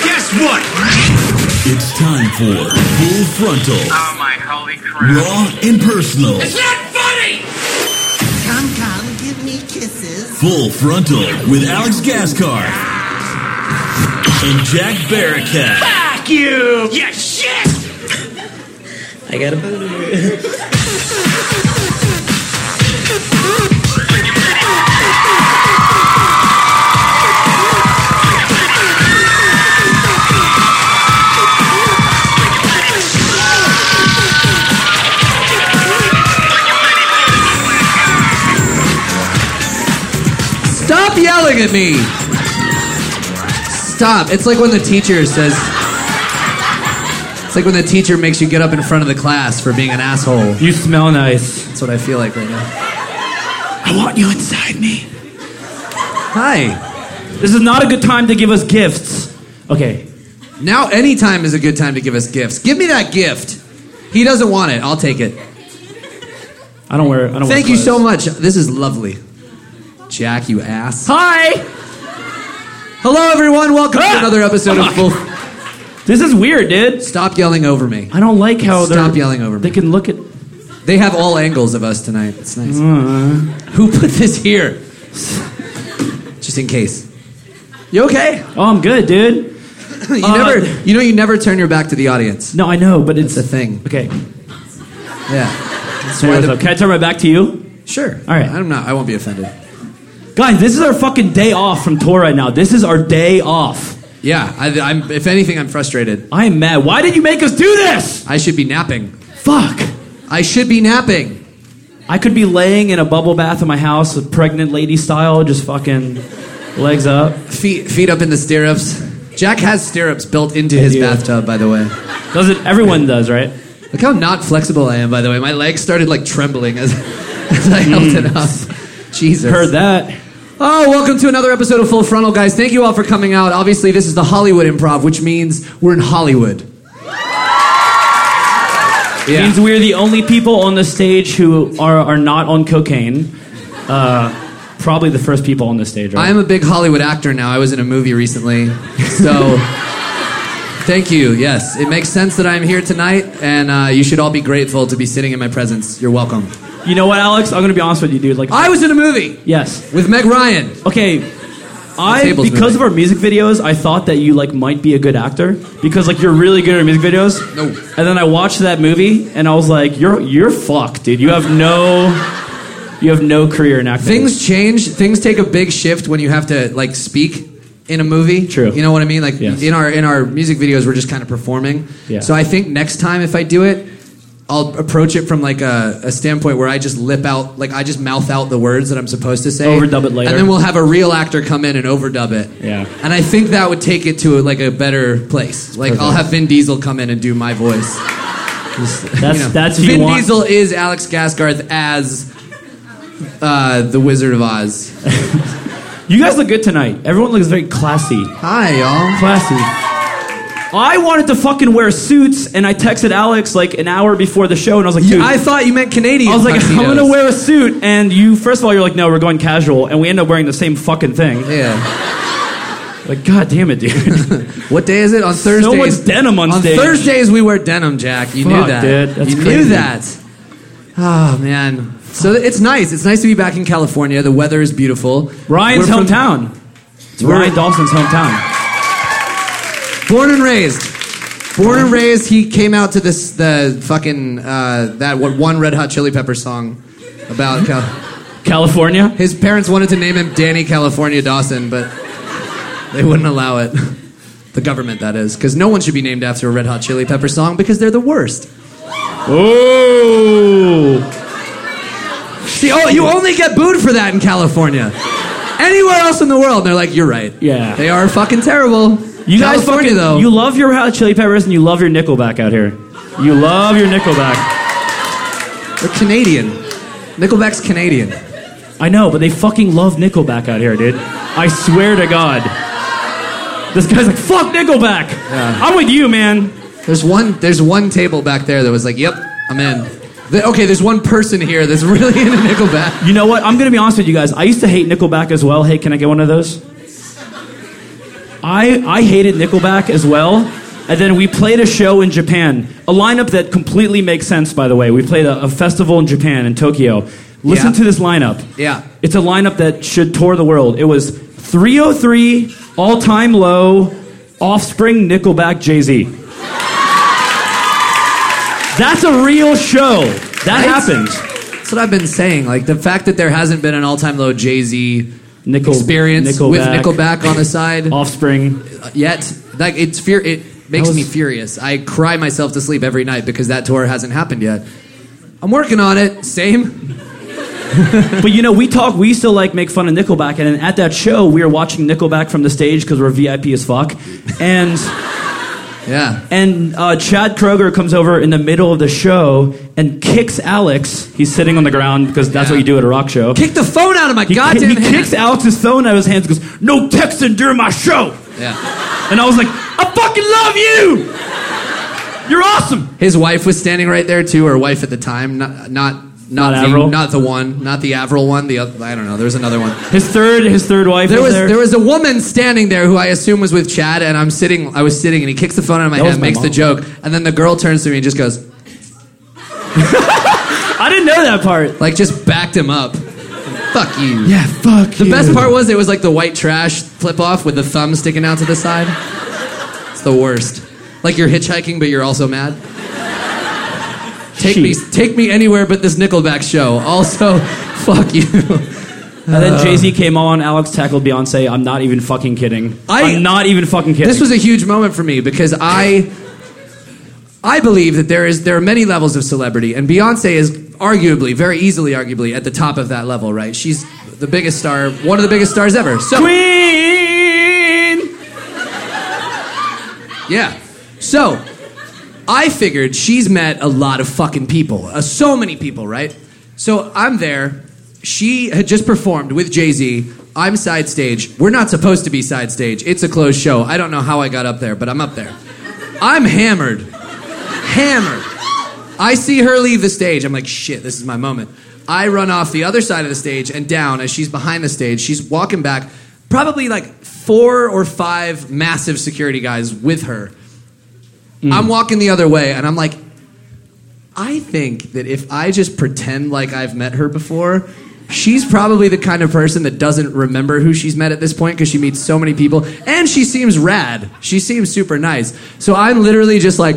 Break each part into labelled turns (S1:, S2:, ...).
S1: Guess what?
S2: It's time for Full Frontal,
S3: Oh my holy crap.
S2: Raw and Personal.
S1: It's not funny!
S4: Come, come, give me kisses.
S2: Full Frontal with Alex Gascar and Jack Barricat.
S1: Fuck you! You shit!
S5: I got a booty. Stop yelling at me! Stop. It's like when the teacher says. It's like when the teacher makes you get up in front of the class for being an asshole.
S6: You smell nice.
S5: That's what I feel like right now.
S6: I want you inside me.
S5: Hi.
S6: This is not a good time to give us gifts. Okay.
S5: Now, any time is a good time to give us gifts. Give me that gift. He doesn't want it. I'll take it.
S6: I don't wear. I don't.
S5: Thank
S6: wear
S5: you so
S6: clothes.
S5: much. This is lovely. Jack, you ass.
S6: Hi.
S5: Hello, everyone. Welcome to
S6: Ah!
S5: another episode of Full.
S6: This is weird, dude.
S5: Stop yelling over me.
S6: I don't like how they're.
S5: Stop yelling over me.
S6: They can look at.
S5: They have all angles of us tonight. It's nice.
S6: Uh-huh.
S5: Who put this here? Just in case. You okay?
S6: Oh, I'm good, dude.
S5: You
S6: Uh,
S5: never. You know, you never turn your back to the audience.
S6: No, I know, but it's
S5: That's a thing.
S6: Okay.
S5: Yeah. That's why
S6: There it
S5: the-
S6: is. Can I turn my back to you,
S5: Sure.
S6: All right.
S5: I'm not. I won't be offended.
S6: guys? This is our fucking day off from tour right now. This is our day off.
S5: Yeah. I, I'm. If anything, I'm frustrated.
S6: I am mad. Why did you make us do this?
S5: I should be napping.
S6: Fuck.
S5: I should be napping.
S6: I could be laying in a bubble bath in my house, with pregnant lady style, just fucking legs up.
S5: Feet feet up in the stirrups. Jack has stirrups built into his
S6: do.
S5: bathtub, by the way.
S6: Does it? Everyone does, right?
S5: Look how not flexible I am, by the way. My legs started like trembling as, as I held it up. Jesus.
S6: Hmm. Heard that.
S5: Oh, welcome to another episode of Full Frontal, guys. Thank you all for coming out. Obviously, this is the Hollywood Improv, which means we're in Hollywood. Yeah.
S6: means we're the only people on the stage who are, are not on cocaine. Uh, probably the first people on the stage,
S5: I
S6: right?
S5: am a big Hollywood actor now. I was in a movie recently. So, thank you. Yes, it makes sense that I'm here tonight, and uh, you should all be grateful to be sitting in my presence. You're welcome.
S6: you know what, Alex? I'm gonna be honest with you, dude. Like,
S5: I was in a movie
S6: yes,
S5: with Meg Ryan.
S6: okay. I
S5: table's
S6: because
S5: moving.
S6: of our music videos, I thought that you like might be a good actor because like you're really good at music videos.
S5: No.
S6: And then I watched that movie and I was like, you're you're fucked, dude. You have no, you have no career in acting.
S5: Things change. Things take a big shift when you have to like speak in a movie.
S6: True.
S5: You know what I mean? Like
S6: Yes.
S5: in our in our music videos, we're just kind of performing.
S6: Yeah.
S5: So I think next time if I do it, I'll approach it from like a, a standpoint where I just lip out, like I just mouth out the words that I'm supposed to say.
S6: Overdub it later.
S5: And then we'll have a real actor come in and overdub it.
S6: Yeah.
S5: And I think that would take it to like a better place. Like I'll have Vin Diesel come in and do my voice.
S6: That's
S5: You know,
S6: that's who
S5: Vin
S6: you want.
S5: Diesel is Alex Gaskarth as uh, the Wizard of Oz.
S6: You guys look good tonight. Everyone looks very classy.
S5: Hi, y'all.
S6: Classy. I wanted to fucking wear suits, and I texted Alex like an hour before the show, and I was like, dude.
S5: I thought you meant Canadian.
S6: I was like,
S5: tuxedos.
S6: I'm gonna wear a suit, and you. First of all, you're like, no, we're going casual, and we end up wearing the same fucking thing.
S5: Yeah.
S6: Like, god damn it, dude.
S5: What day is it? On Thursdays.
S6: much denim on stage.
S5: Thursdays we wear denim, Jack. You knew
S6: Fuck,
S5: that.
S6: dude. That's
S5: you knew
S6: crazy.
S5: that. Oh man. So it's nice. It's nice to be back in California. The weather is beautiful.
S6: Ryan's
S5: We're from-
S6: hometown. It's
S5: We're-
S6: Ryan Dawson's hometown.
S5: born and raised. Born and raised. He came out to this the fucking uh, that what one Red Hot Chili Pepper song about. Cal-
S6: California.
S5: His parents wanted to name him Danny California Dawson, but they wouldn't allow it. The government, that is, because no one should be named after a Red Hot Chili Pepper song because they're the worst.
S6: Oh.
S5: See, oh, you only get booed for that in California. Anywhere else in the world, they're like, you're right.
S6: Yeah.
S5: they are fucking terrible.
S6: You guys
S5: California,
S6: fucking.
S5: though.
S6: You love your Hot Chili Peppers, and you love your Nickelback out here. You love your Nickelback.
S5: they're Canadian. Nickelback's Canadian.
S6: I know, but they fucking love Nickelback out here, dude. I swear to God. This guy's like, fuck Nickelback. I'm with you, man.
S5: There's one. There's one table back there that was like, yep, I'm in. The- okay, there's one person here that's really into Nickelback.
S6: You know what? I'm gonna be honest with you guys. I used to hate Nickelback as well. Hey, can I get one of those? I, I hated Nickelback as well. And then we played a show in Japan, a lineup that completely makes sense, by the way. We played a, a festival in Japan, in Tokyo. Listen
S5: Yeah.
S6: to this lineup.
S5: Yeah.
S6: It's a lineup that should tour the world. It was 303, All Time Low, Offspring, Nickelback, Jay Z. That's a real show. That
S5: Right?
S6: happened.
S5: That's what I've been saying. Like the fact that there hasn't been an all-time low Jay Z
S6: Nickel-
S5: experience with
S6: Nickelback.
S5: Nickelback on the side uh,
S6: Offspring.
S5: yet. Like it's fear. It makes
S6: That was-
S5: me furious. I cry myself to sleep every night because that tour hasn't happened yet. I'm working on it. Same.
S6: But you know, we talk. We still like make fun of Nickelback, and then at that show, we were watching Nickelback from the stage because we're VIP as fuck. And
S5: Yeah.
S6: and uh, Chad Kroger comes over in the middle of the show and kicks Alex. He's sitting on the ground because that's
S5: Yeah.
S6: what you do at a rock show.
S5: Kick the phone out of my
S6: he,
S5: goddamn
S6: he
S5: hand.
S6: kicks Alex's phone out of his hands. and Goes, no texting during my show.
S5: Yeah.
S6: And I was like, I fucking love you. You're awesome.
S5: His wife was standing right there too. Her wife at the time. Not not not,
S6: Not
S5: the,
S6: Avril?
S5: not the one. Not the Avril one. The other, I don't know. There's another one.
S6: His third, his third wife.
S5: There was
S6: there.
S5: there was a woman standing there who I assume was with Chad, and I'm sitting. I was sitting, and he kicks the phone out of my
S6: That was
S5: hand,
S6: my
S5: makes the
S6: mom.
S5: joke, and then the girl turns to me and just goes,
S6: I didn't know that part.
S5: like, just backed him up. Fuck you.
S6: Yeah, fuck.
S5: The best part was it was like the white trash flip off with the thumb sticking out to the side. It's the worst. Like you're hitchhiking, but you're also mad. Take me,
S6: Sheep.
S5: take me anywhere but this Nickelback show. Also, fuck you.
S6: And
S5: Um,
S6: then Jay Z came on. Alex tackled Beyonce. I'm not even fucking kidding.
S5: I-
S6: I, am not even fucking kidding.
S5: This was a huge moment for me because I I believe that there is there are many levels of celebrity and Beyonce is arguably very easily arguably at the top of that level, right? She's the biggest star, one of the biggest stars ever. So
S6: Queen.
S5: Yeah. So, I figured she's met a lot of fucking people, uh, so many people, right? So I'm there. She had just performed with Jay Z. I'm side stage. We're not supposed to be side stage. It's a closed show. I don't know how I got up there, but I'm up there. I'm hammered. Hammered. I see her leave the stage. I'm like, shit, this is my moment. I run off the other side of the stage and down as she's behind the stage. She's walking back, probably like four or five massive security guys with her. I'm walking the other way and I'm like, I think that if I just pretend like I've met her before, she's probably the kind of person that doesn't remember who she's met at this point because she meets so many people and she seems rad. She seems super nice. So I'm literally just like,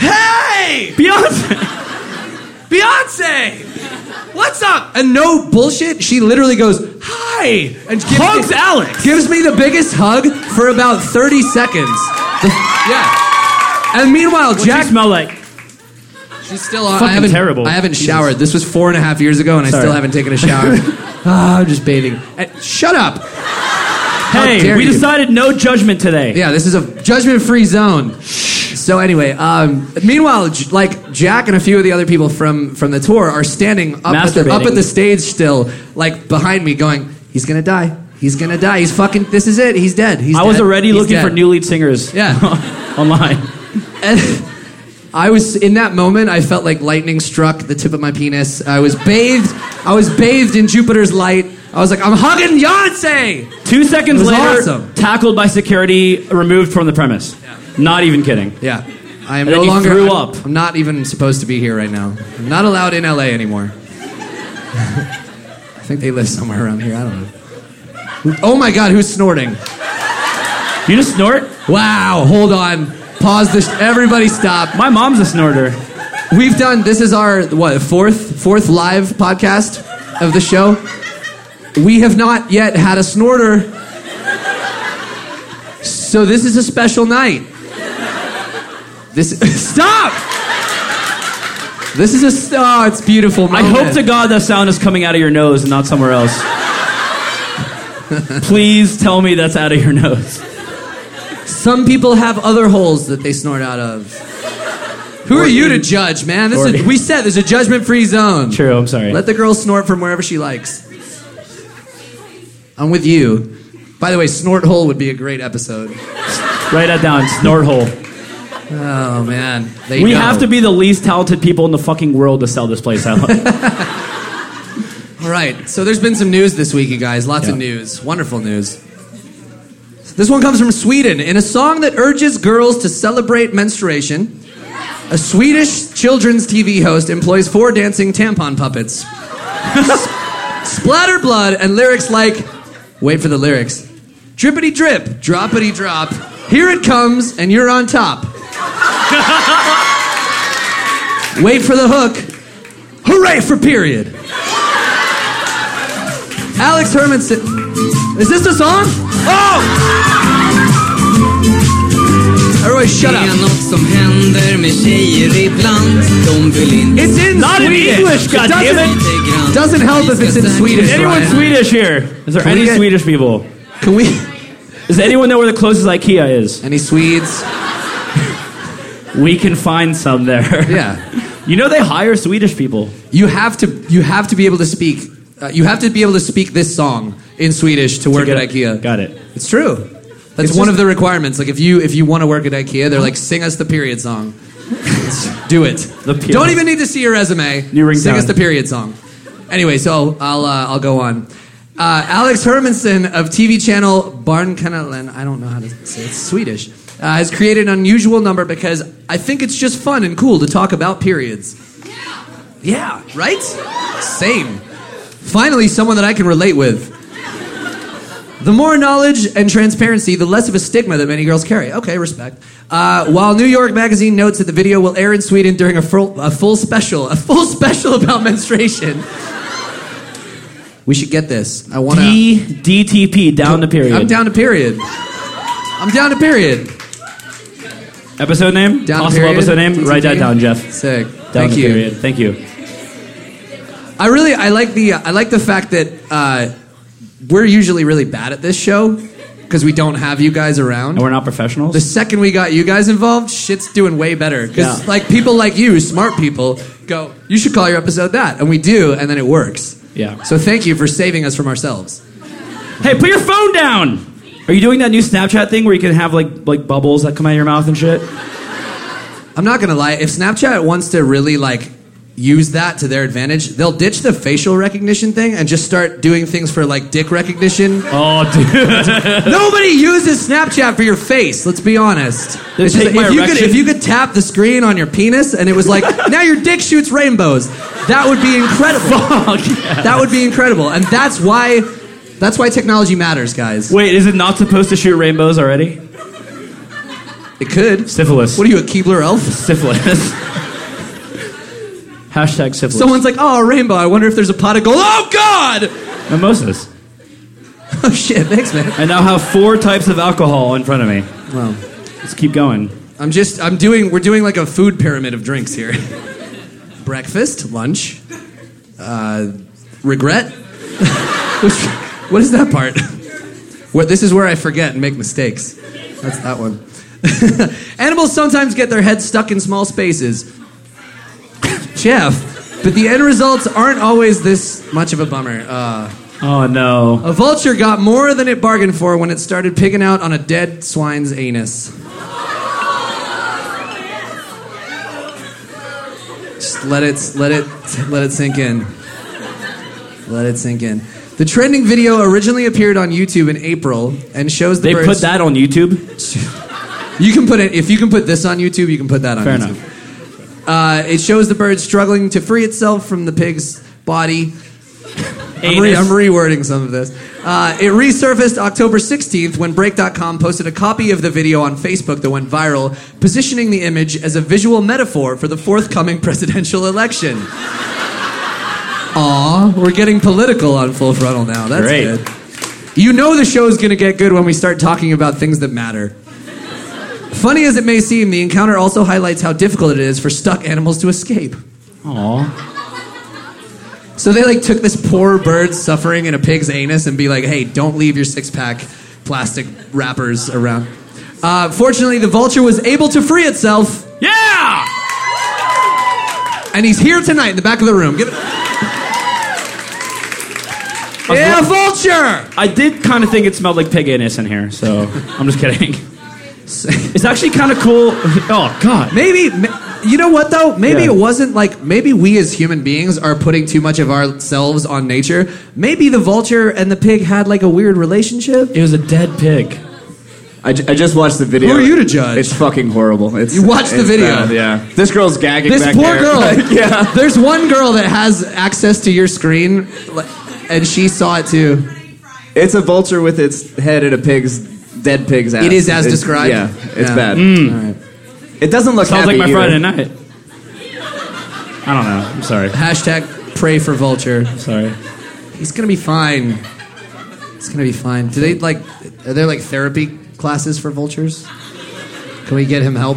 S5: hey!
S6: Beyonce.
S5: Beyonce, what's up? And no bullshit, she literally goes, hi, and gives
S6: Hugs
S5: me,
S6: Alex.
S5: Gives me the biggest hug for about 30 seconds. The- yeah. And meanwhile,
S6: What
S5: Jack.
S6: you smell like?
S5: she's still on. I
S6: Fucking
S5: haven't,
S6: terrible.
S5: I haven't
S6: Jesus.
S5: showered. This was four and a half years ago, and I
S6: Sorry.
S5: still haven't taken a shower. Ah, I'm just bathing. And- shut up.
S6: Hey,
S5: dare
S6: we
S5: you.
S6: decided no judgment today.
S5: Yeah, this is a judgment-free zone. So anyway, um, meanwhile, J- like Jack and a few of the other people from from the tour are standing up at the, up
S6: Masturbating.
S5: at the stage still, like behind me, going, "He's gonna die. He's gonna die. He's fucking. This is it. He's dead. He's."
S6: I was
S5: dead.
S6: already
S5: He's
S6: looking
S5: dead."
S6: for new lead singers.
S5: Yeah.
S6: online.
S5: And I was in that moment. I felt like lightning struck the tip of my penis. I was bathed. I was bathed in Jupiter's light. I was like, "I'm hugging Beyonce."
S6: Two seconds
S5: It was
S6: later,
S5: awesome.
S6: tackled by security, removed from the premise. Not even kidding.
S5: Yeah. I am
S6: And
S5: no
S6: then you
S5: longer.
S6: threw
S5: I'm,
S6: up.
S5: I'm not even supposed to be here right now. I'm not allowed in LA anymore. I think they live somewhere around here. I don't know. Who- Oh my God, who's snorting?
S6: You just snort?
S5: Wow, hold on. Pause this. Everybody stop.
S6: My mom's a snorter.
S5: We've done, this is our, what, fourth, fourth live podcast of the show. We have not yet had a snorter. So this is a special night. This, stop! This is a, s- oh, it's beautiful.
S6: I
S5: moment.
S6: hope to God that sound is coming out of your nose and not somewhere else. Please tell me that's out of your nose.
S5: Some people have other holes that they snort out of. Who are
S6: Or
S5: you to
S6: in-
S5: judge, man? This
S6: or
S5: is,
S6: in-
S5: we said there's a judgment free zone.
S6: True, I'm sorry.
S5: Let the girl snort from wherever she likes. I'm with you. By the way, snort hole would be a great episode.
S6: Write that down. Snort hole.
S5: Oh man, they
S6: We
S5: know.
S6: have to be the least talented people in the fucking world to sell this place out.
S5: All right. So there's been some news this week, you guys. Lots of
S6: Yeah.
S5: news. Wonderful news. This one comes from Sweden. In a song that urges girls to celebrate menstruation, a Swedish children's TV host employs four dancing tampon puppets. Splatter blood and lyrics like, wait for the lyrics, drippity drip, droppity drop, here it comes, and you're on top. wait for the hook, hooray for period. Alex Hermanson. Is this the song? Oh! Everybody, shut
S3: Det är
S5: up.
S3: något som händer med tjejer ibland. De vill inte
S5: It's in
S6: Not in
S5: Swedish.
S6: English, goddammit.
S5: doesn't,
S3: lite grann.
S5: doesn't help if it's in Swedish.
S6: Is anyone
S5: Ryan.
S6: Swedish here? Is there
S5: Can we
S6: any
S5: get-
S6: Swedish people?
S5: Can we?
S6: Does anyone know where the closest IKEA is?
S5: Any Swedes?
S6: We can find some there.
S5: Yeah.
S6: You know they hire Swedish people.
S5: You have to. You have to be able to speak. Uh, you have to be able to speak this song in Swedish to work
S6: get
S5: at
S6: it.
S5: IKEA.
S6: Got it.
S5: It's true. That's
S6: It's
S5: one
S6: just-
S5: of the requirements. Like if you if you want to work at IKEA, they're like sing us the period song. Do it.
S6: The period.
S5: Don't even need to see your resume.
S6: New ringtone.
S5: sing us the period song. Anyway, so I'll uh, I'll go on. Uh, Alex Hermanson of TV channel Barnkanalen, I don't know how to say it, it's Swedish, uh, has created an unusual number because I think it's just fun and cool to talk about periods. Yeah, right? Same. Finally, someone that I can relate with. The more knowledge and transparency, the less of a stigma that many girls carry. Okay, respect. Uh, while New York Magazine notes that the video will air in Sweden during a full, a full special, a full special about menstruation. We should get this. I want to.
S6: D DTP down to period.
S5: I'm down to period. I'm down to period.
S6: Episode name.
S5: Down to
S6: Possible
S5: period.
S6: episode name. Write that
S5: DTP.
S6: down, Jeff.
S5: Sick.
S6: Down
S5: Thank
S6: to
S5: you.
S6: period. Thank you.
S5: I really I like the I like the fact that uh, we're usually really bad at this show because we don't have you guys around.
S6: And we're not professionals.
S5: The second we got you guys involved, shit's doing way better. Because
S6: Yeah.
S5: like people like you, smart people, go, you should call your episode that, and we do, and then it works.
S6: Yeah.
S5: So thank you for saving us from ourselves.
S6: Hey, put your phone down. Are you doing that new Snapchat thing where you can have like like bubbles that come out of your mouth and shit?
S5: I'm not gonna lie, if Snapchat wants to really like use that to their advantage, they'll ditch the facial recognition thing and just start doing things for like dick recognition.
S6: Oh, dude.
S5: Nobody uses Snapchat for your face. Let's be honest.
S6: They
S5: It's
S6: take
S5: just-
S6: my
S5: if you could,
S6: erection-
S5: if you could tap the screen on your penis and it was like, now your dick shoots rainbows, that would be incredible.
S6: Fuck. yeah.
S5: That would be incredible, and that's why that's why technology matters, guys.
S6: Wait, is it not supposed to shoot rainbows already?
S5: It could.
S6: Syphilis.
S5: What are you, a Keebler elf?
S6: Syphilis. Hashtag syphilis.
S5: Someone's like, oh, a rainbow. I wonder if there's a pot of gold. Oh God!
S6: Mimosas.
S5: Oh shit! Thanks, man.
S6: I now have four types of alcohol in front of me.
S5: Wow.
S6: Let's keep going.
S5: I'm just I'm doing we're doing like a food pyramid of drinks here. Breakfast, lunch, uh, regret. Which, what is that part? Where, this is where I forget and make mistakes. That's that one. Animals sometimes get their heads stuck in small spaces. Jeff, but the end results aren't always this much of a bummer. Uh,
S6: Oh no.
S5: a vulture got more than it bargained for when it started picking out on a dead swine's anus. Just let it let it let it sink in. Let it sink in. The trending video originally appeared on YouTube in April and shows the
S6: They
S5: birds.
S6: put that on YouTube.
S5: You can put it if you can put this on YouTube. You can put that on.
S6: Fair
S5: YouTube. Uh, it shows the bird struggling to free itself from the pig's body. I'm, re-
S6: Anus.
S5: I'm rewording some of this. Uh, it resurfaced October 16th when Break.com posted a copy of the video on Facebook that went viral, positioning the image as a visual metaphor for the forthcoming presidential election. Aw, we're getting political on Full Frontal now. That's
S6: Great.
S5: good. You know the show's going to get good when we start talking about things that matter. Funny as it may seem, the encounter also highlights how difficult it is for stuck animals to escape.
S6: Aw.
S5: So they like took this poor bird suffering in a pig's anus and be like, hey, don't leave your six pack plastic wrappers around. Uh, fortunately, the vulture was able to free itself,
S6: Yeah.
S5: and he's here tonight in the back of the room. Give it- yeah, vulture!
S6: I did kind of think it smelled like pig anus in here, so I'm just kidding. It's actually kind of cool. Oh god.
S5: Maybe, ma- you know what though? Maybe
S6: Yeah.
S5: it wasn't like, maybe we as human beings are putting too much of ourselves on nature. Maybe the vulture and the pig had like a weird relationship.
S6: It was a dead pig.
S7: I, ju- I just watched the video.
S5: Who are you to judge?
S7: It's fucking horrible. It's,
S5: You watched the
S7: it's
S5: video?
S7: bad, yeah. This girl's gagging
S5: This
S7: back
S5: poor
S7: there.
S5: girl.
S7: Like, yeah.
S5: There's one girl that has access to your screen, like, and she saw it too.
S7: It's a vulture with its head in a pig's, dead pig's ass.
S5: It is as
S7: It's-
S5: described?
S7: Yeah, it's
S5: Yeah. Mm.
S7: bad. It doesn't look
S6: Sounds like
S7: happy
S6: my
S7: either.
S6: Friday night. I don't know. I'm sorry.
S5: Hashtag pray for Vulture.
S6: Sorry.
S5: He's gonna be fine. He's gonna be fine. Do they like? Are there like therapy classes for vultures? Can we get him help?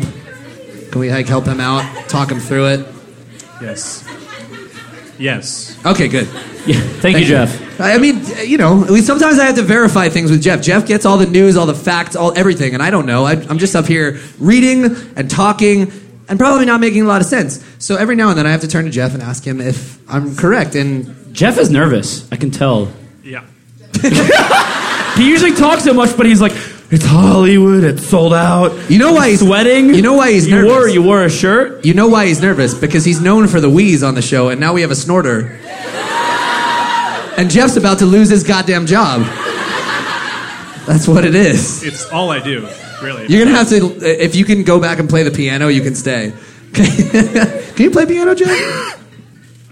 S5: Can we like help him out? Talk him through it.
S8: Yes. Yes.
S5: Okay, good.
S6: Yeah. Thank, you, Jeff.
S5: I I mean, you know, we, sometimes I have to verify things with Jeff. Jeff gets all the news, all the facts, all everything, and I don't know. I, I'm just up here reading and talking, and probably not making a lot of sense. So every now and then, I have to turn to Jeff and ask him if I'm correct. And
S6: Jeff is nervous. I can tell.
S8: Yeah.
S6: He usually talks so much, but he's like, "It's Hollywood. It's sold out."
S5: You know why he's-
S6: sweating?
S5: you know why he's
S6: you
S5: nervous?
S6: Wore, you wore a shirt.
S5: You know why he's nervous? Because he's known for the wheeze on the show, and now we have a snorter. And Jeff's about to lose his goddamn job. That's what it is.
S8: It's all I do, really.
S5: You're gonna have to, uh, if you can go back and play the piano, you can stay. can you play piano, Jeff?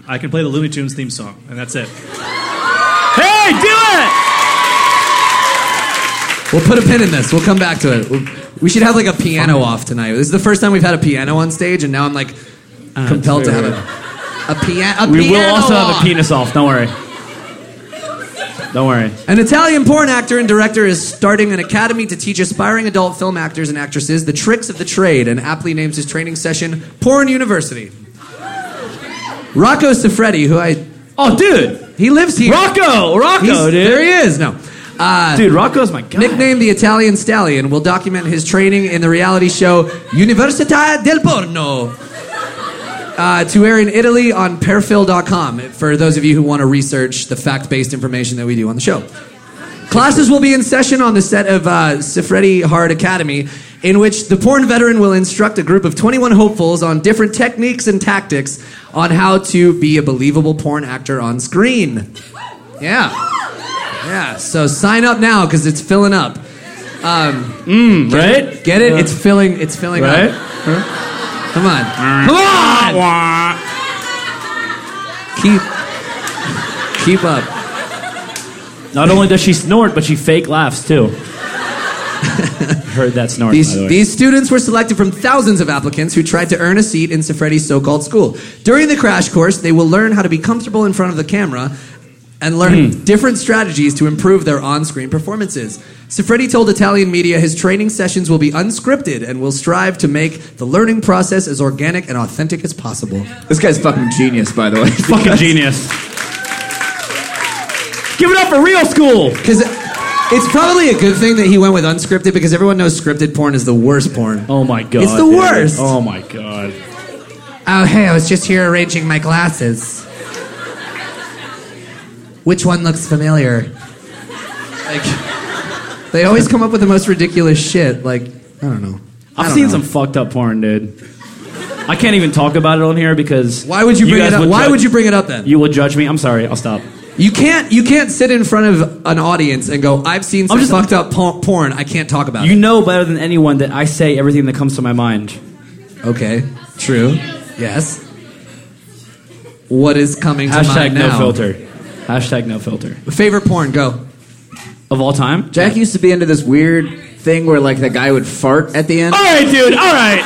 S8: I can play the Looney Tunes theme song, and that's it.
S6: Hey, do it!
S5: We'll put a pin in this. We'll come back to it. We'll- We should have like a piano off tonight. This is the first time we've had a piano on stage, and now I'm like
S6: Ah,
S5: compelled to have a, a, pia- a piano.
S6: We will also have
S5: off.
S6: a penis off. Don't worry. Don't worry.
S5: An Italian porn actor and director is starting an academy to teach aspiring adult film actors and actresses the tricks of the trade and aptly names his training session Porn University. Rocco Siffredi, who I.
S6: Oh, dude,
S5: He lives here.
S6: Rocco, Rocco,
S5: He's-
S6: dude,
S5: There he is. No. Uh,
S6: dude, Rocco's my guy.
S5: nicknamed the Italian Stallion, will document his training in the reality show Università del Porno. Uh, to air in Italy on Perfil.com for those of you who want to research the fact based information that we do on the show. Classes will be in session on the set of uh, Sifredi Hard Academy, in which the porn veteran will instruct a group of 21 hopefuls on different techniques and tactics on how to be a believable porn actor on screen. Yeah. Yeah, so sign up now because it's filling up. Um,
S6: right?
S5: Get it? It's filling. It's filling
S6: Right?
S5: up. Come on, come on. Keep, keep up.
S6: Not only does she snort, but she fake laughs too. Heard that snort. by
S5: These,
S6: the way.
S5: these students were selected from thousands of applicants who tried to earn a seat in Sifredi's so-called school. During the crash course, they will learn how to be comfortable in front of the camera and learn
S6: Hmm.
S5: different strategies to improve their on-screen performances. Sifredi told Italian media his training sessions will be unscripted and will strive to make the learning process as organic and authentic as possible.
S7: This guy's fucking genius, by the way.
S6: fucking genius. Give it up for real school.
S5: Because it's probably a good thing that he went with unscripted because everyone knows scripted porn is the worst porn.
S6: Oh my god.
S5: It's the
S6: dude.
S5: worst.
S6: Oh my god.
S5: Oh, hey, I was just here arranging my glasses. Which one looks familiar? Like, they always come up with the most ridiculous shit. Like, I don't know. I
S6: I've
S5: don't
S6: seen
S5: know.
S6: some fucked up porn, dude. I can't even talk about it on here because
S5: Why would you bring
S6: guys
S5: it up? Why
S6: judge-
S5: would you bring it up then? You,
S6: You will judge me. I'm sorry. I'll stop.
S5: can't. You can't sit in front of an audience and go, "I've seen some
S6: just-
S5: fucked up por- porn. I can't talk about
S6: You
S5: it."
S6: know better than anyone that I say everything that comes to my mind.
S5: Okay, true. Yes. What is coming to
S6: Hashtag
S5: mind
S6: no
S5: now?
S6: filter. Hashtag no filter.
S5: Favorite porn? Go.
S6: Of all time?
S7: Jack used to be into this weird thing where like the guy would fart at the end.
S6: All right, dude. All right.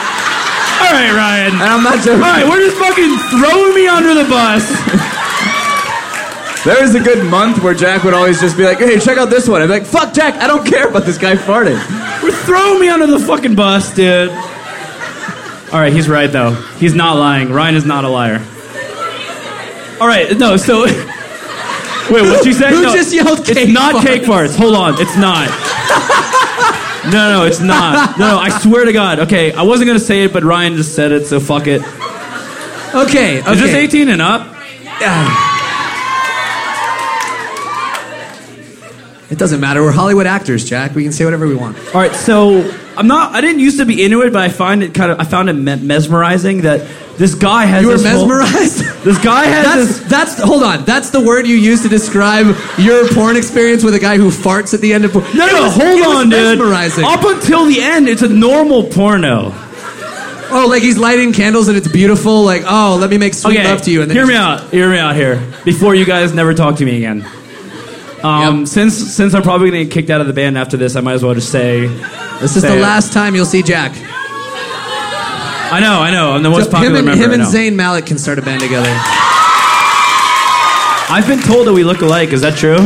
S6: All right, Ryan.
S7: And I'm not joking.
S6: All right, we're just fucking throwing me under the bus.
S7: There was a good month where Jack would always just be like, "Hey, check out this one." I'm like, "Fuck, Jack! I don't care about this guy farting."
S6: We're throwing me under the fucking bus, dude. All right, he's right though. He's not lying. Ryan is not a liar. All right, no. So, wait, what you say?
S5: Who
S6: No,
S5: just yelled cake
S6: It's not
S5: farts?
S6: cake farts. Hold on, it's not. No, no, it's not. No, no, I swear to God. Okay, I wasn't gonna say it, but Ryan just said it, so fuck it. Is
S5: Okay. Okay.
S6: this 18 and up?
S5: Ah. It doesn't matter. We're Hollywood actors, Jack. We can say whatever we want.
S6: All right, so I'm not. I didn't used to be into it, but I find it kind of. I found it me- mesmerizing that this guy has.
S5: You were
S6: this whole-
S5: mesmerized.
S6: this guy has
S5: That's,
S6: this.
S5: that's hold on. That's the word you use to describe your porn experience with a guy who farts at the end of porn.
S6: No,
S5: It
S6: no,
S5: was-
S6: hold
S5: it was
S6: on, dude.
S5: mesmerizing.
S6: Up until the end, it's a normal porno.
S5: Oh, like he's lighting candles and it's beautiful. Like, oh, let me make sweet love to you. And then
S6: hear me out. Hear me out here. Before you guys never talk to me again. Um,
S5: Yep.
S6: Since since I'm probably gonna get kicked out of the band after this, I might as well just say.
S5: This is
S6: Say
S5: the
S6: it.
S5: last time you'll see Jack.
S6: I know, I know. I'm the most
S5: So him
S6: popular
S5: and,
S6: member
S5: him
S6: right
S5: and
S6: now.
S5: Zayn Malik can start a band together.
S6: I've been told that we look alike. Is that true?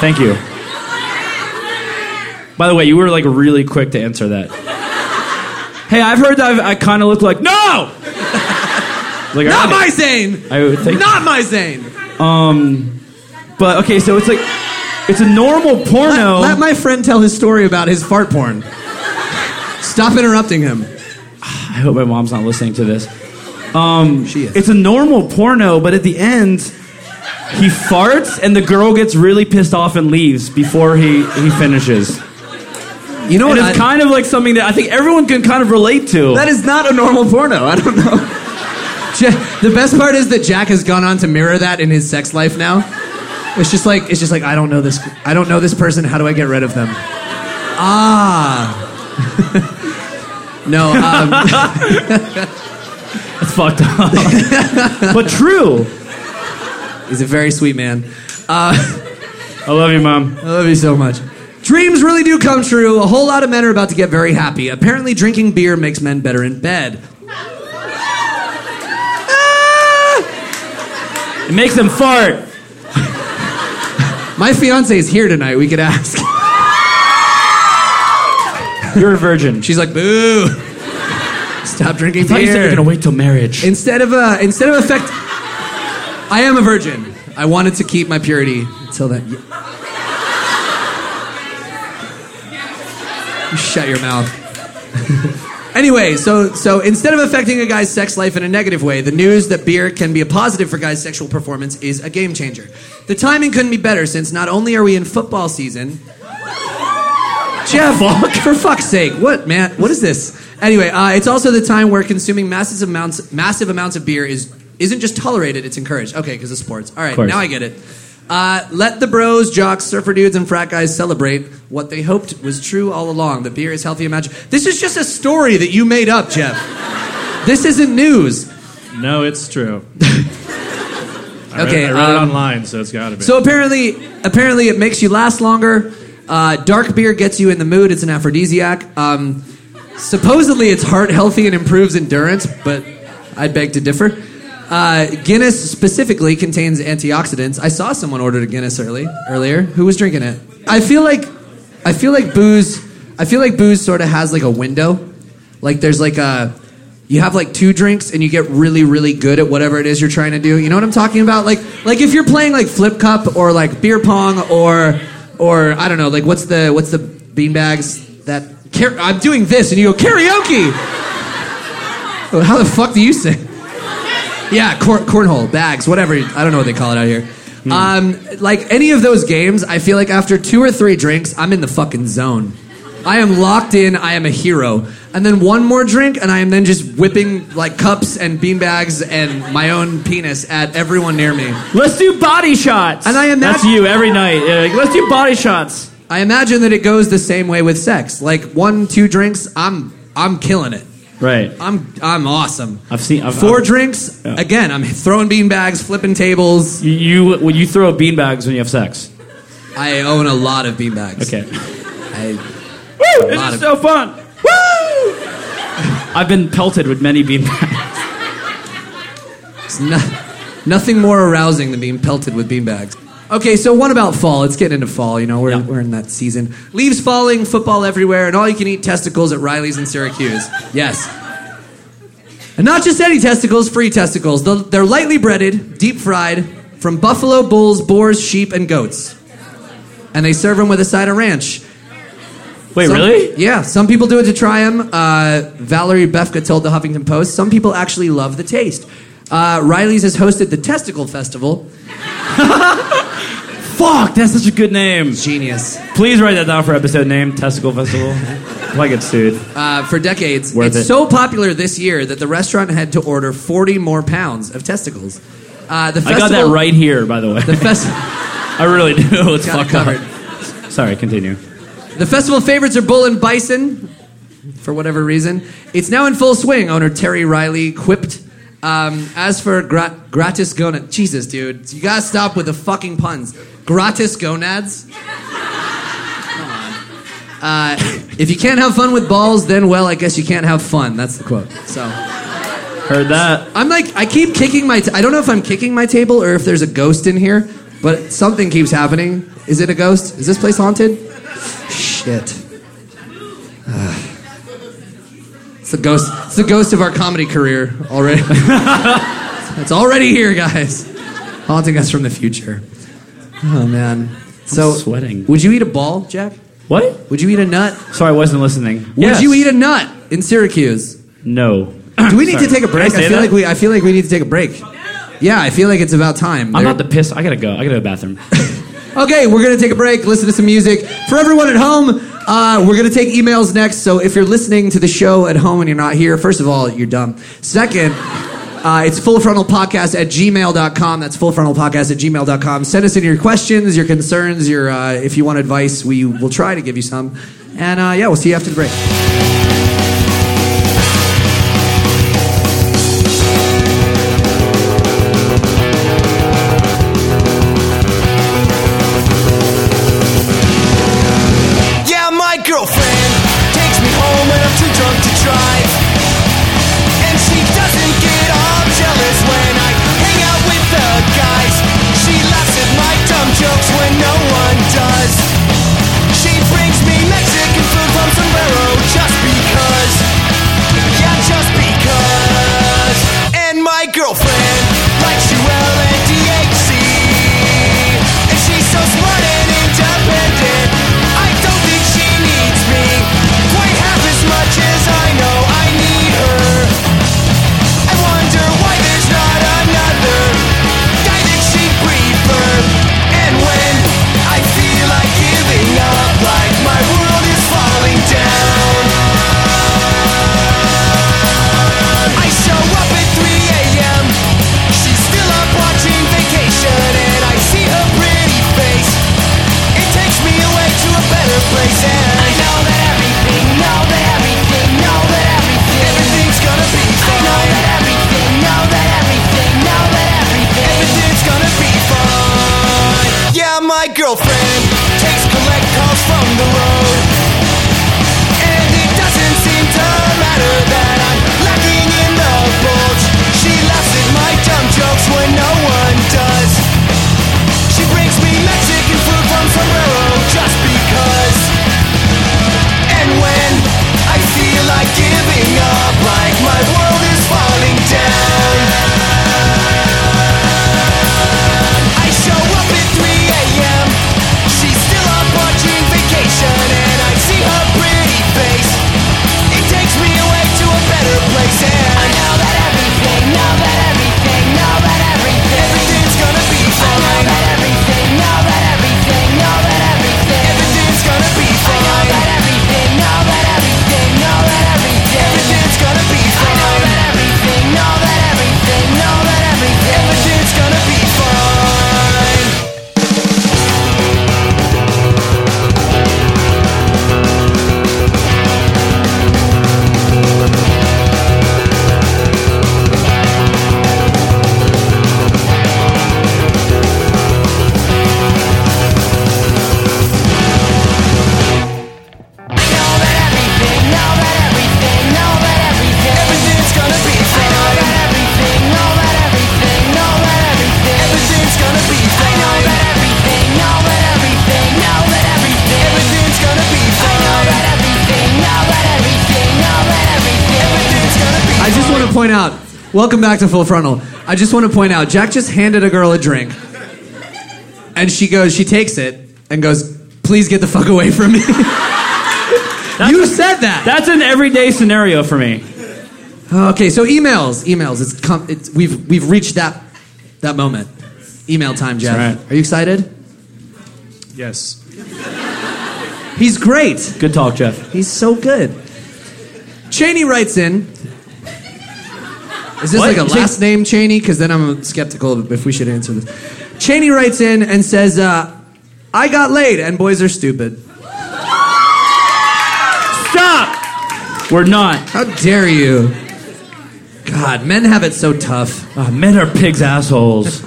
S6: Thank you. By the way, you were like really quick to answer that. Hey, I've heard that I've, I kind of look like no. like,
S5: Not
S6: alright.
S5: my Zayn.
S6: I would think.
S5: Not my Zayn.
S6: But okay, so it's like it's a normal
S5: Let,
S6: porno.
S5: let my friend tell his story about his fart porn. Stop interrupting him.
S6: I hope my mom's not listening to this. Um,
S5: She is.
S6: It's a normal porno, but at the end, he farts and the girl gets really pissed off and leaves before he he finishes.
S5: you know
S6: And
S5: what?
S6: it's
S5: I-
S6: kind of like something that I think everyone can kind of relate to.
S7: That is not a normal porno. I don't know.
S5: Ja- the best part is that Jack has gone on to mirror that in his sex life now. It's just like it's just like I don't know this I don't know this person. How do I get rid of them? Ah. no, um,
S6: It's fucked up. but true.
S5: he's a very sweet man. Uh,
S6: I love you, mom.
S5: I love you so much. Dreams really do come true. A whole lot of men are about to get very happy. Apparently, drinking beer makes men better in bed.
S6: It makes them fart.
S5: My fiance is here tonight. We could ask.
S6: You're a virgin.
S5: She's like, "Boo! Stop drinking
S6: thought you said
S5: beer."
S6: you're gonna wait till marriage.
S5: Instead of uh, instead of effect, I am a virgin. I wanted to keep my purity until then. You shut your mouth. anyway, so so instead of affecting a guy's sex life in a negative way, the news that beer can be a positive for guys' sexual performance is a game changer. The timing couldn't be better since not only are we in football season. Jeff, for fuck's sake, what man? What is this? Anyway, uh, it's also the time where consuming massive amounts, massive amounts of beer is isn't just tolerated; it's encouraged. Okay, because of sports. All right,
S6: course.
S5: now I get it. Uh, let the bros, jocks, surfer dudes, and frat guys celebrate what they hoped was true all along. The beer is healthy and magic. This is just a story that you made up, Jeff. This isn't news.
S8: No, it's true. I read-
S5: Okay,
S8: I read it
S5: um,
S8: online, so it's got to be.
S5: So apparently, apparently, it makes you last longer. Uh, dark beer gets you in the mood. It's an aphrodisiac. Um, supposedly, it's heart healthy and improves endurance, but I beg to differ. Uh, Guinness specifically contains antioxidants. I saw someone ordered a Guinness early earlier. Who was drinking it? I feel like, I feel like booze. I feel like booze sort of has like a window. Like there's like a, you have like two drinks and you get really really good at whatever it is you're trying to do. You know what I'm talking about? Like like if you're playing like flip cup or like beer pong or or I don't know like what's the what's the beanbags that car- I'm doing this and you go karaoke. Well, How the fuck do you sing? Yeah, cor- cornhole, bags, whatever. I don't know what they call it out here.
S6: Hmm.
S5: Um, like any of those games, I feel like after two or three drinks, I'm in the fucking zone. I am locked in. I am a hero. And then one more drink, and I am then just whipping like cups and beanbags and my own penis at everyone near me.
S6: Let's do body shots.
S5: And I imagine-
S6: that's you every night. You're like, Let's do body shots.
S5: I imagine that it goes the same way with sex. Like one, two drinks, I'm I'm killing it.
S6: Right.
S5: I'm I'm awesome.
S6: I've seen- I've-
S5: 4
S6: I've-
S5: drinks.
S6: Yeah.
S5: Again, I'm throwing beanbags, flipping tables.
S6: You you, well, you throw beanbags when you have sex.
S5: I own a lot of beanbags.
S6: Okay.
S5: I,
S6: Woo!
S5: lot
S6: This
S5: of-
S6: is so fun. Woo! I've been pelted with many beanbags.
S5: it's no, nothing more arousing than being pelted with beanbags. Okay, so what about fall? It's getting into fall, you know, we're,
S6: Yeah.
S5: we're in that season. Leaves falling, football everywhere, and all you can eat testicles at Riley's in Syracuse. Yes. And not just any testicles, free testicles. They'll- They're lightly breaded, deep fried, from buffalo, bulls, boars, sheep, and goats. And they serve them with a side of ranch.
S6: Wait,
S5: Some-
S6: really?
S5: Yeah, some people do it to try them. Uh, Valerie Befka told the Huffington Post some people actually love the taste. Uh, Riley's has hosted the Testicle Festival.
S6: Fuck, that's such a good name.
S5: Genius.
S6: Please write that down for episode name, Testicle Festival. Why get sued?
S5: Uh, for decades,
S6: Worth
S5: it's
S6: it.
S5: so popular this year that the restaurant had to order 40 more pounds of testicles. Uh, the
S6: I got that
S5: festival-
S6: right here, by the way.
S5: The festival.
S6: I really do. It's
S5: Got it
S6: fucked up. Sorry, continue.
S5: The festival favorites are bull and bison, for whatever reason. It's now in full swing, owner Terry Riley quipped. Um, as for gra- gratis gonads, Jesus, dude, you gotta stop with the fucking puns. Gratis gonads? Come on. Uh, if you can't have fun with balls, then well, I guess you can't have fun. That's the quote. So.
S6: Heard that.
S5: I'm like, I keep kicking my. T- I don't know if I'm kicking my table or if there's a ghost in here, but something keeps happening. Is it a ghost? Is this place haunted? Shit. Ah. it's the ghost. It's the ghost of our comedy career already. it's already here, guys, haunting us from the future. Oh man. So
S6: sweating.
S5: Would you eat a ball, Jack?
S6: What?
S5: Would you eat a nut?
S6: Sorry, I wasn't listening.
S5: Would you eat a nut in Syracuse?
S6: No.
S5: Do we need
S6: Sorry.
S5: to take
S6: Can
S5: a
S6: I
S5: break? I,
S6: say
S5: feel
S6: that?
S5: like we. I feel like we need to take a break. Yeah, I feel like it's about time.
S6: I'm
S5: There-
S6: about to piss. I gotta go. I gotta go to the bathroom.
S5: okay, we're gonna take a break. Listen to some music for everyone at home. Uh, we're gonna take emails next. So if you're listening to the show at home and you're not here, first of all, you're dumb. Second. Uh, it's full frontal podcast at gmail.com. That's full frontal podcast at gmail.com. Send us in your questions, your concerns, your uh, if you want advice, we will try to give you some. And uh, yeah, we'll see you after the break.
S9: Yeah, my girlfriend takes me home when I'm too drunk to drive. And she doesn't get all jealous when I hang out with the guys. She laughs at my dumb jokes when no one does. She brings me Mexican food from Sombrero just because. Yeah, just because. And my girlfriend likes you well at DHC. And she's so smart and independent. I don't think she needs me quite half as much as I know I need her. I wonder why there's not another guy that she'd prefer. And when I feel like giving up, like my world is falling down. I show up at 3 a.m. She's still up watching vacation, and I see her pretty face. It takes me away to a better place, and I know that everything, know that everything, know that everything, everything's gonna be fine. I know that everything, know that everything, know that everything, everything's gonna be fine. Yeah, my girlfriend takes collect calls from the road. And it doesn't seem to matter that I'm lacking in the bulge. She laughs at my dumb jokes when no one does. She brings me Mexican food from Sombrero just because. And when I feel like giving up, like my world is falling down. I show up at 3 a.m. She's still up watching vacation, and I see her pretty face. It takes me away to a better place, and I know that everything, know that everything, know that everything, everything's gonna be fine. I know that everything, know that everything, know that everything, everything's gonna be fine. I know that everything, know that everything, know that everything, everything's gonna be fine. I know that everything, know that everything, know that everything, everything's gonna be fine.
S5: I just want to point out. Welcome back to Full Frontal. I just want to point out. Jack just handed a girl a drink, and she goes. She takes it and goes. Please get the fuck away from me. you said that.
S6: That's an everyday scenario for me.
S5: Okay, so emails, emails. It's, com- it's we've we've reached that that moment. Email time, Jack.
S6: That's right.
S5: Are you excited?
S8: Yes.
S5: He's great.
S6: Good talk, Jeff.
S5: He's so good. Cheney writes in. Is this
S6: What?
S5: like a
S6: Ch-
S5: last name Cheney? Because then I'm skeptical of if we should answer this. Cheney writes in and says, uh, "I got laid and boys are stupid."
S6: Stop. We're not.
S5: How dare you? God, men have it so tough.
S6: Ah, men are pigs' assholes.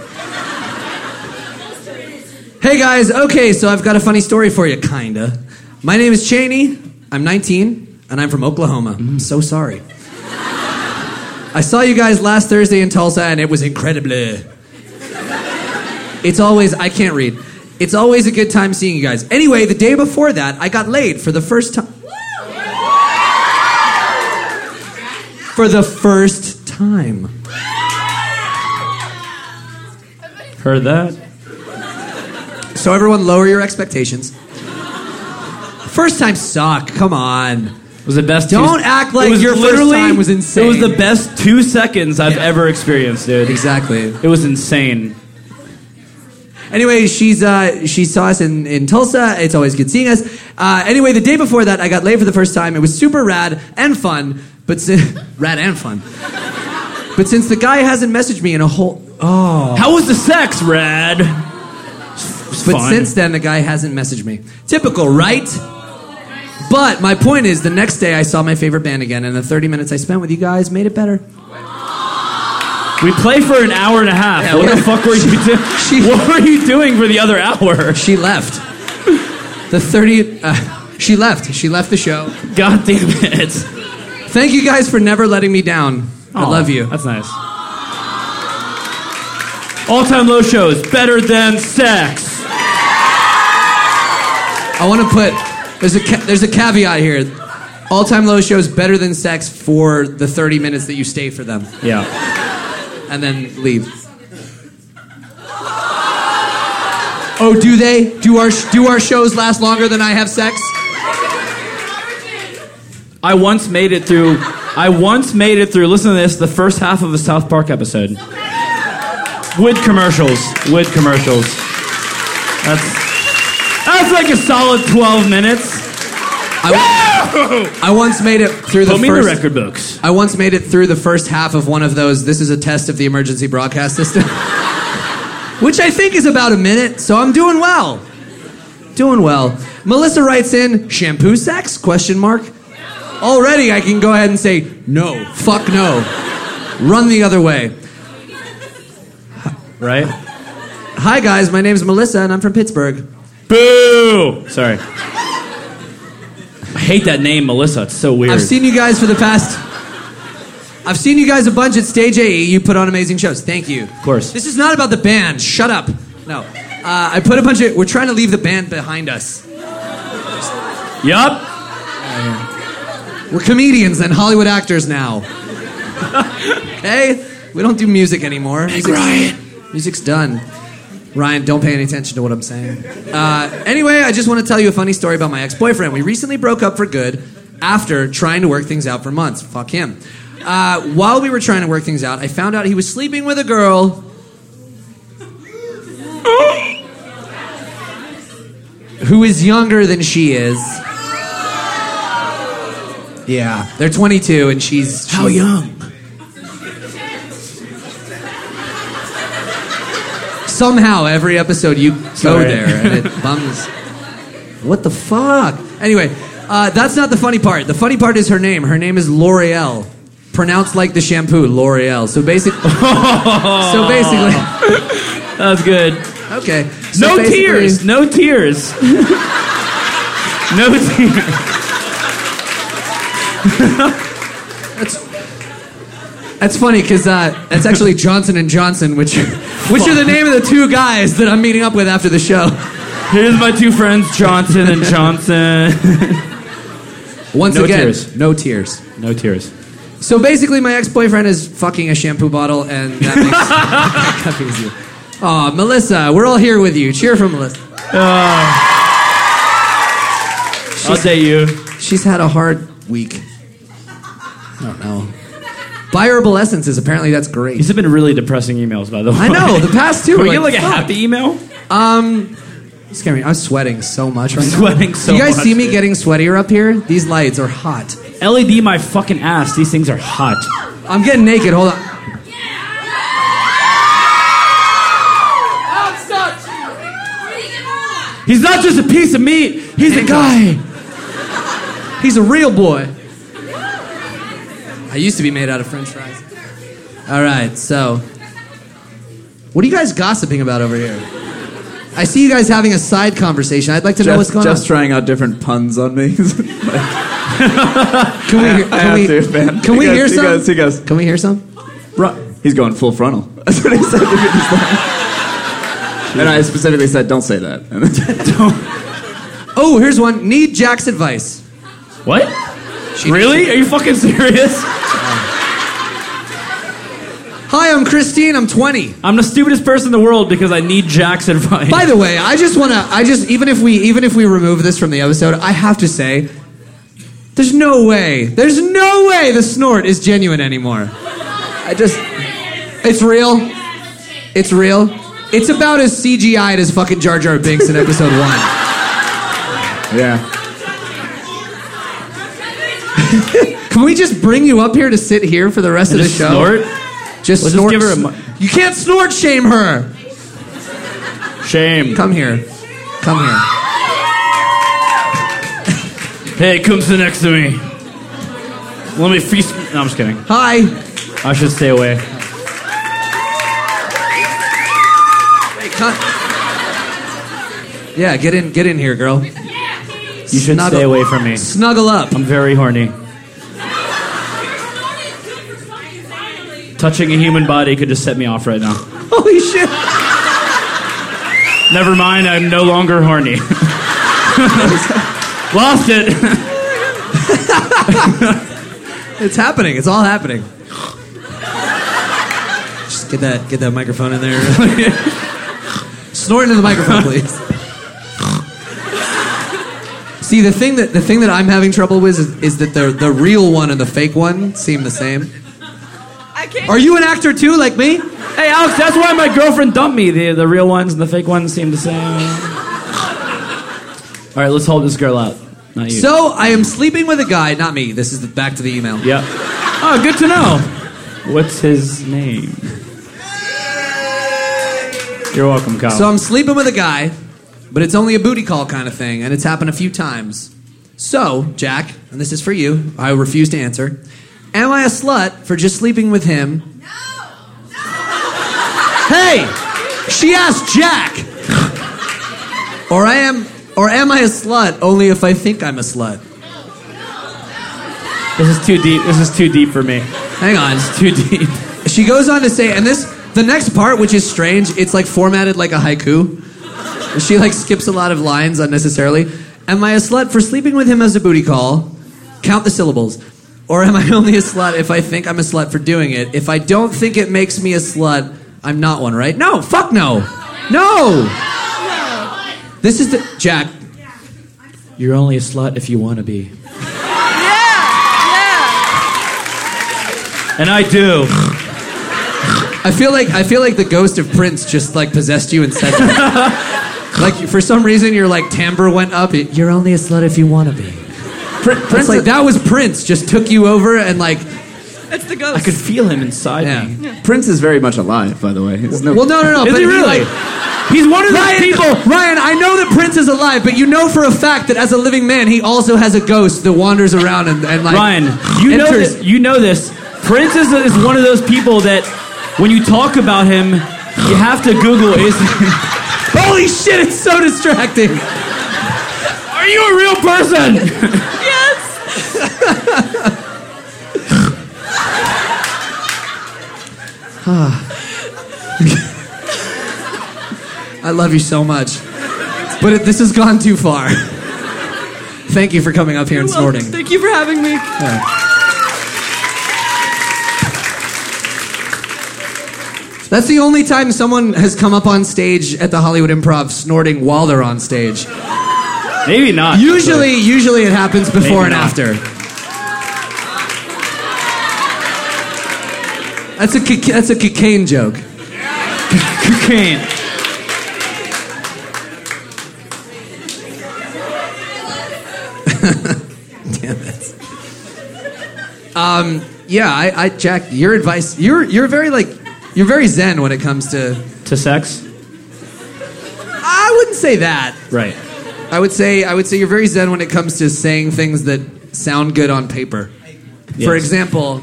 S5: Hey guys, okay, so I've got a funny story for you, kinda. My name is Cheney, I'm 19, and I'm from Oklahoma. I'm so sorry. I saw you guys last Thursday in Tulsa, and it was incredible. It's always, I can't read. It's always a good time seeing you guys. Anyway, the day before that, I got laid for the first time. For the first time.
S6: Heard that?
S5: So everyone, lower your expectations. First time suck. Come on.
S6: Was the best.
S5: Don't act like your first
S6: literally-
S5: time was insane.
S6: It was the best two seconds I've ever experienced, dude.
S5: Exactly.
S6: It was insane.
S5: Anyway, she's uh, she saw us in, in Tulsa. It's always good seeing us. Uh, anyway, the day before that, I got laid for the first time. It was super rad and fun, but si- rad and fun. But since the guy hasn't messaged me in a whole oh,
S6: How was the sex, Rad?
S5: but
S6: fun.
S5: since then the guy hasn't messaged me. Typical, right? But my point is, the next day I saw my favorite band again, and the 30 minutes I spent with you guys made it better.
S6: We play for an hour and a half.
S5: Yeah,
S6: what the
S5: we-
S6: fuck were you doing?
S5: she-
S6: what were you doing for the other hour?
S5: She left. The 30. Uh, she left. She left the show.
S6: God damn it!
S5: Thank you guys for never letting me down. I
S6: Aw,
S5: love you.
S6: That's nice. All-time low shows better than sex.
S5: I want to put there's a ca- there's a caveat here. All time low shows better than sex for the 30 minutes that you stay for them
S6: Yeah.
S5: and then leave. Oh, do they? Do our sh- do our shows last longer than I have sex?
S6: I once made it through. I once made it through. Listen to this: the first half of a South Park episode with commercials. With commercials. That's that's like a solid 12 minutes.
S5: I, I once made it through the
S6: Put me in the
S5: first
S6: record books.
S5: I once made it through the first half of one of those. This is a test of the emergency broadcast system, which I think is about a minute. So I'm doing well, doing well. Melissa writes in shampoo sex question mark. Already, I can go ahead and say no. Fuck no. Run the other way.
S6: Right.
S5: Hi guys, my name's Melissa and I'm from Pittsburgh.
S6: Boo! Sorry. I hate that name, Melissa. It's so weird.
S5: I've seen you guys for the past. I've seen you guys a bunch at Stage AE. You put on amazing shows. Thank you. Of
S6: course.
S5: This is not about the band. Shut up. No. Uh, I put a bunch of. We're trying to leave the band behind us.
S6: yup.
S5: We're comedians and Hollywood actors now. okay? We don't do music anymore. Music's, Music's done. Ryan, don't pay any attention to what I'm saying. Uh, anyway, I just want to tell you a funny story about my ex boyfriend. We recently broke up for good after trying to work things out for months. Fuck him. Uh, while we were trying to work things out, I found out he was sleeping with a girl. Who is younger than she is? Yeah, they're 22 and she's, she's how young? Somehow every episode you
S6: Sorry.
S5: go there and it bums. What the fuck? Anyway, uh, that's not the funny part. The funny part is her name. Her name is L'Oreal, pronounced like the shampoo L'Oreal. So basically, so basically,
S6: That was good.
S5: okay. So
S6: No
S5: basically-
S6: tears. No tears. no tears.
S5: That's funny because uh, that's actually Johnson and Johnson, which which are the name of the two guys that I'm meeting up with after the show.
S6: Here's my two friends, Johnson and Johnson.
S5: Once
S6: No
S5: again,
S6: tears.
S5: no tears.
S6: no tears.
S5: So basically, my ex-boyfriend is fucking a shampoo bottle, and that makes, that makes you. Aw, Melissa, we're all here with you. Cheer for Melissa.
S6: I'll date you.
S5: She's had a hard week. I don't know. Buy herbal essences. Apparently, that's great.
S6: These have been really depressing emails, by the way.
S5: I know the past two.
S6: Can
S5: were
S6: we get like
S5: like,
S6: a
S5: fuck.
S6: happy email?
S5: Um, Scare me. I'm sweating so much right now.
S6: Sweating so
S5: Do you guys
S6: much,
S5: see me
S6: dude.
S5: getting sweatier up here? These lights are hot.
S6: LED E my fucking ass. These things are hot.
S5: I'm getting naked. Hold on.
S6: He's not just a piece of meat. He's a guy.
S5: He's a real boy. I used to be made out of french fries. All right, so. What are you guys gossiping about over here? I see you guys having a side conversation. I'd like to know what's going
S7: Jeff's
S5: on.
S7: trying out different puns on me.
S5: Can we hear, can
S7: I have
S5: we,
S7: to, man.
S5: Can we
S7: He goes-
S5: hear
S7: he
S5: some?
S7: goes- he goes.
S5: Can we hear some?
S7: Ru- He's going full frontal. That's what he said to me this time. And I specifically said, don't say that. And then-
S5: Oh, here's one. Need Jack's advice.
S6: What?
S5: She-
S6: Really? Are you fucking serious?
S5: Hi, I'm Christine. I'm 20.
S6: I'm the stupidest person in the world because I need Jack's advice.
S5: By the way, I just want to. I just even if we even if we remove this from the episode, I have to say, there's no way. There's no way the snort is genuine anymore.
S7: I just,
S5: It's real. It's real. It's about as CGI'd as fucking Jar Jar Binks in episode one.
S7: yeah.
S5: Can we just bring you up here to sit here for the rest
S6: And
S5: of the
S6: just
S5: show?
S6: snort?
S5: Just
S6: We'll just
S5: snort.
S6: give her a mi-
S5: you can't snort shame her.
S6: Shame.
S5: Come here. Come here.
S6: Hey, come sit next to me. Let me feast. No, I'm just kidding.
S5: Hi.
S6: I should stay away.
S5: Yeah, get in, get in here, girl.
S6: You should
S5: Snuggle-
S6: stay away from me.
S5: Snuggle up.
S6: I'm very horny. Touching a human body could just set me off right now.
S5: Holy shit.
S6: Never mind, I'm no longer horny. Lost it.
S5: It's happening. It's all happening. Just get that get that microphone in there. Snort into the microphone, please. See the thing that the thing that I'm having trouble with is, is that the the real one and the fake one seem the same.
S10: I can't.
S5: Are you an actor too, like me?
S6: Hey, Alex, that's why my girlfriend dumped me. The, the real ones and the fake ones seem the same. All right, let's hold this girl out. Not you.
S5: So I am sleeping with a guy, not me. This is the, back to the email.
S6: yep. Oh, good to know. What's his name? You're welcome, Kyle.
S5: So I'm sleeping with a guy, but it's only a booty call kind of thing, and it's happened a few times. So, Jack, and this is for you, I refuse to answer. Am I a slut for just sleeping with him? Hey! She asked Jack! or I am or am I a slut only if I think I'm a slut?
S6: this is too deep. This is too deep for me.
S5: Hang on.
S6: Too deep.
S5: She goes on to say, and this the next part, which is strange, it's like formatted like a haiku. She like skips a lot of lines unnecessarily. Am I a slut for sleeping with him as a booty call? Count the syllables. Or am I only a slut if I think I'm a slut for doing it? If I don't think it makes me a slut, I'm not one, right? No, fuck no. No. This is the Jack.
S6: You're only a slut if you want to be.
S10: Yeah,
S6: And I do.
S5: I feel like I feel like the ghost of Prince just like possessed you and said that. like for some reason your like timbre went up. It- You're only a slut if you want to be. Prince, like that was Prince. Just took you over and like
S10: yeah. It's the
S6: I
S10: ghost.
S6: could feel him inside
S5: yeah.
S6: me.
S7: Prince is very much alive, by the way. There's no-
S5: Well, no, no, no.
S6: Is
S5: but
S6: he really?
S5: like-
S6: He's one of those
S5: Ryan,
S6: people.
S5: Ryan, I know that Prince is alive, but you know for a fact that as a living man, he also has a ghost that wanders around and, and like
S6: Ryan, you know
S5: enters-
S6: this. You know this. Prince is, is one of those people that when you talk about him, you have to Google is.
S5: Holy shit! It's so distracting.
S6: Are you a real person?
S10: yes.
S5: I love you so much, but it, this has gone too far. Thank you for coming up here and
S10: Well,
S5: snorting.
S10: thank you for having me.
S5: That's the only time someone has come up on stage at the Hollywood Improv snorting while they're on stage.
S6: Maybe not.
S5: Usually, usually it happens before and
S6: Maybe not.
S5: after. That's a coca- that's a cocaine joke.
S6: cocaine.
S5: Damn it. Um, yeah, I, I, Jack, your advice. You're you're very like you're very zen when it comes to.
S6: To sex?
S5: I wouldn't say that.
S6: Right.
S5: I would say I would say you're very zen when it comes to saying things that sound good on paper. For
S6: Yes.
S5: example,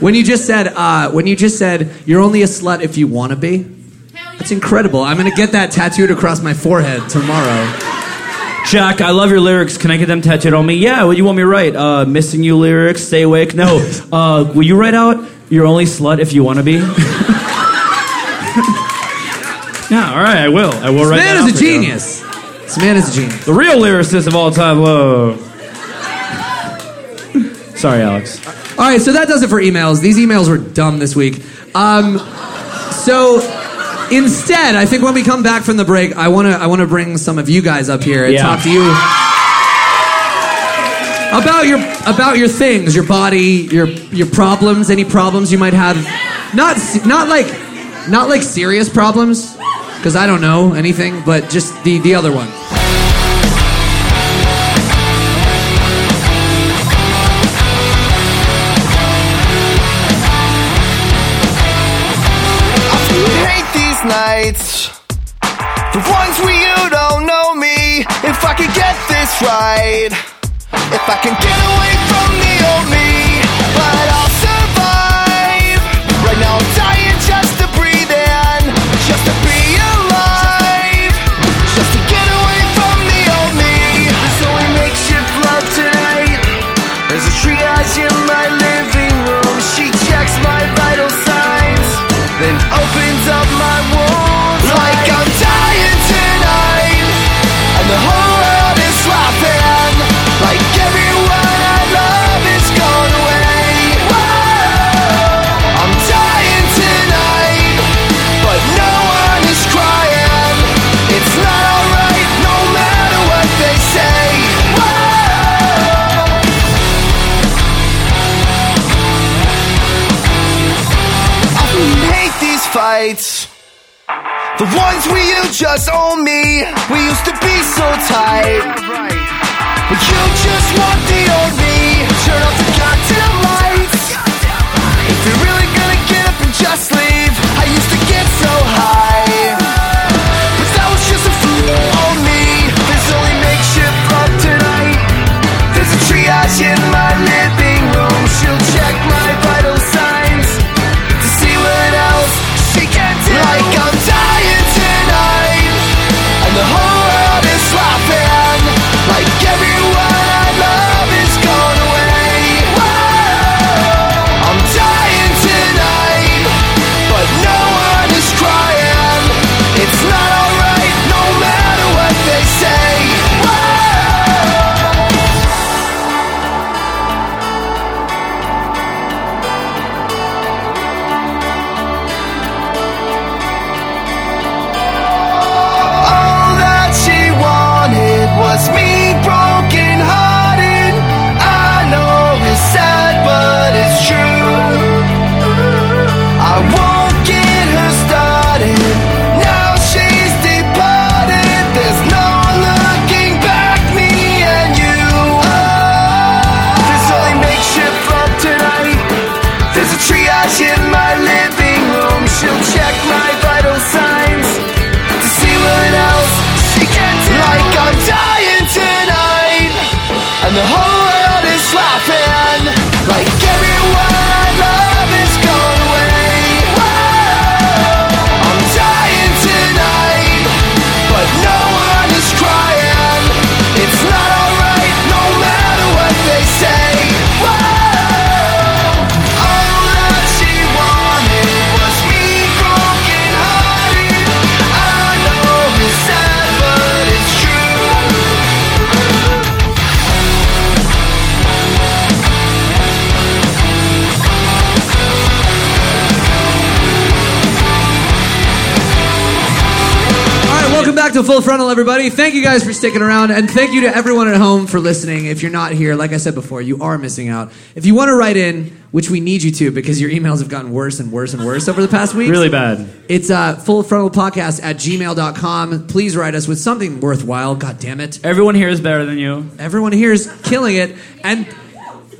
S5: when you just said uh, when you just said you're only a slut if you want to be. That's incredible. I'm gonna get that tattooed across my forehead tomorrow.
S6: Jack, I love your lyrics. Can I get them tattooed on me? Yeah, what do you want me to write? Uh, missing you lyrics, stay awake? No. Uh, will you write out, you're only slut if you want to be? yeah, all right, I will. I will write
S5: This
S6: that
S5: man
S6: out
S5: is a
S6: for you.
S5: genius. This man is a genius.
S6: The real lyricist of all time, whoa. Sorry, Alex.
S5: All right, so that does it for emails. These emails were dumb this week. Um, so instead, I think when we come back from the break, I wanna I wanna bring some of you guys up here and
S6: Yeah.
S5: talk to you about your about your things, your body, your your problems, any problems you might have. Not se- not like not like serious problems, because I don't know anything, but just the the other one.
S11: I do hate these nights. The ones where you don't know me. If I could get this right, if I can get away from the old me, but I'll survive. Right now I'm dying just to breathe in, just to be alive, just to get away from the old me. So we make shift love tonight. There's a triage in my living room. She checks my vital signs, then opens up my wounds. Like I'm dying tonight, and the whole world is laughing. Like everyone I love is gone away. Whoa. I'm dying tonight, but no one is crying. It's not alright, no matter what they say. Whoa. I hate these fights. The ones where you just own me. We used to be so tight. But you just want the old me. Turn off the goddamn lights. If you're really gonna get up and just leave, I used to get so high. But that was just a fool on me. There's only makeshift love tonight. There's a triage in my living room. She'll check my vital signs to see what else she can do. Like I'm dying tonight, and the whole world is laughing.
S5: to Full Frontal, everybody. Thank you guys for sticking around, and thank you to everyone at home for listening. If you're not here, like I said before, you are missing out. If you want to write in, which we need you to because your emails have gotten worse and worse and worse over the past week.
S9: Really bad.
S5: It's uh, full frontal podcast at gmail.com. Please write us with something worthwhile. God damn it.
S9: Everyone here is better than you.
S5: Everyone here is killing it. And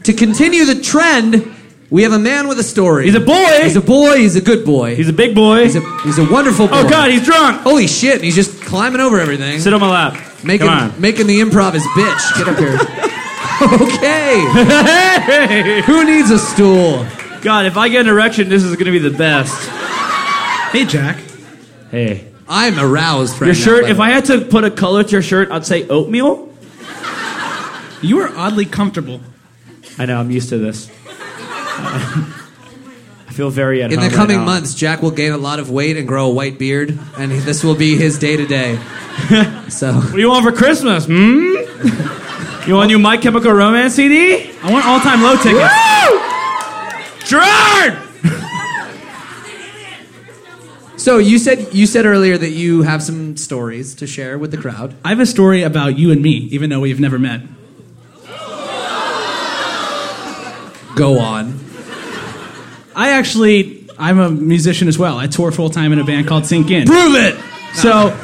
S5: to continue the trend, we have a man with a story.
S9: He's a boy.
S5: He's a boy. He's a good boy.
S9: He's a big boy.
S5: He's a, he's a wonderful boy.
S9: oh God, he's drunk.
S5: Holy shit. And he's just climbing over everything.
S9: Sit on my lap.
S5: making,
S9: Come on.
S5: making the improv his bitch. Get up here. okay.
S9: Hey!
S5: Who needs a stool?
S9: God, if I get an erection, this is gonna be the best.
S6: Hey, Jack.
S9: Hey,
S5: I'm aroused, friend.
S9: your shirt. If I had to put a color to your shirt, I'd say oatmeal.
S6: You are oddly comfortable.
S9: I know. I'm used to this. Uh, I feel very at
S5: In
S9: home
S5: the
S9: right
S5: coming
S9: now.
S5: months, Jack will gain a lot of weight and grow a white beard, and he- this will be his day to day. So,
S9: What do you want for Christmas? Hmm. you want a new My Chemical Romance CD?
S6: I want all time low tickets.
S9: Gerard.
S5: so you said you said earlier that you have some stories to share with the crowd.
S6: I have a story about you and me, even though we've never met.
S5: Go on.
S6: I actually, I'm a musician as well. I tour full time in a band called Sink In.
S9: Prove it.
S6: So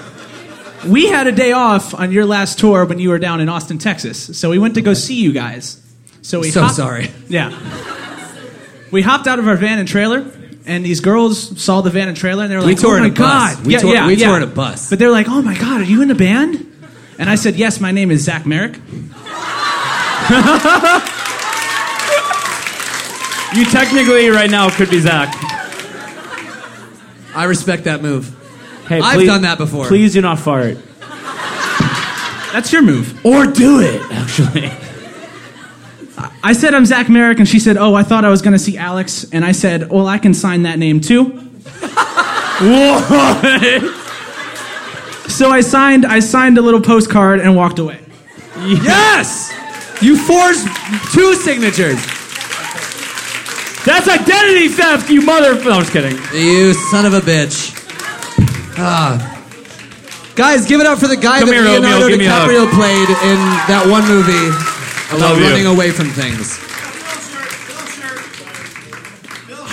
S6: we had a day off on your last tour when you were down in Austin, Texas. So we went to go see you guys. So we
S5: So
S6: hopped-
S5: sorry.
S6: Yeah. We hopped out of our van and trailer, and these girls saw the van and trailer, and they were
S5: We
S6: like,
S5: toured
S6: "Oh
S5: in
S6: my
S5: a bus.
S6: god,
S5: We
S6: yeah,
S5: toured-
S6: yeah,
S5: we
S6: yeah.
S5: toured a bus.
S6: But they're like, "Oh my god, are you in a band?" And I said, "Yes, my name is Zach Merrick."
S9: You technically right now could be Zach.
S5: I respect that move.
S9: Hey,
S5: I've
S9: please-
S5: done that before.
S9: Please do not fart.
S6: That's your move.
S9: Or do it, actually.
S6: I said I'm Zach Merrick, and she said, "Oh, I thought I was going to see Alex," and I said, "Well, I can sign that name too."
S9: What?
S6: So I signed, I signed a little postcard and walked away.
S5: Yes, you forged two signatures.
S9: That's identity theft, you mother. No, I'm just kidding.
S5: You son of a bitch. Ah. Guys, give it up for the guy
S9: Come
S5: that
S9: here, Romeo,
S5: Leonardo
S9: give me a hug.
S5: DiCaprio played in that one movie about
S9: love you.
S5: running away from things.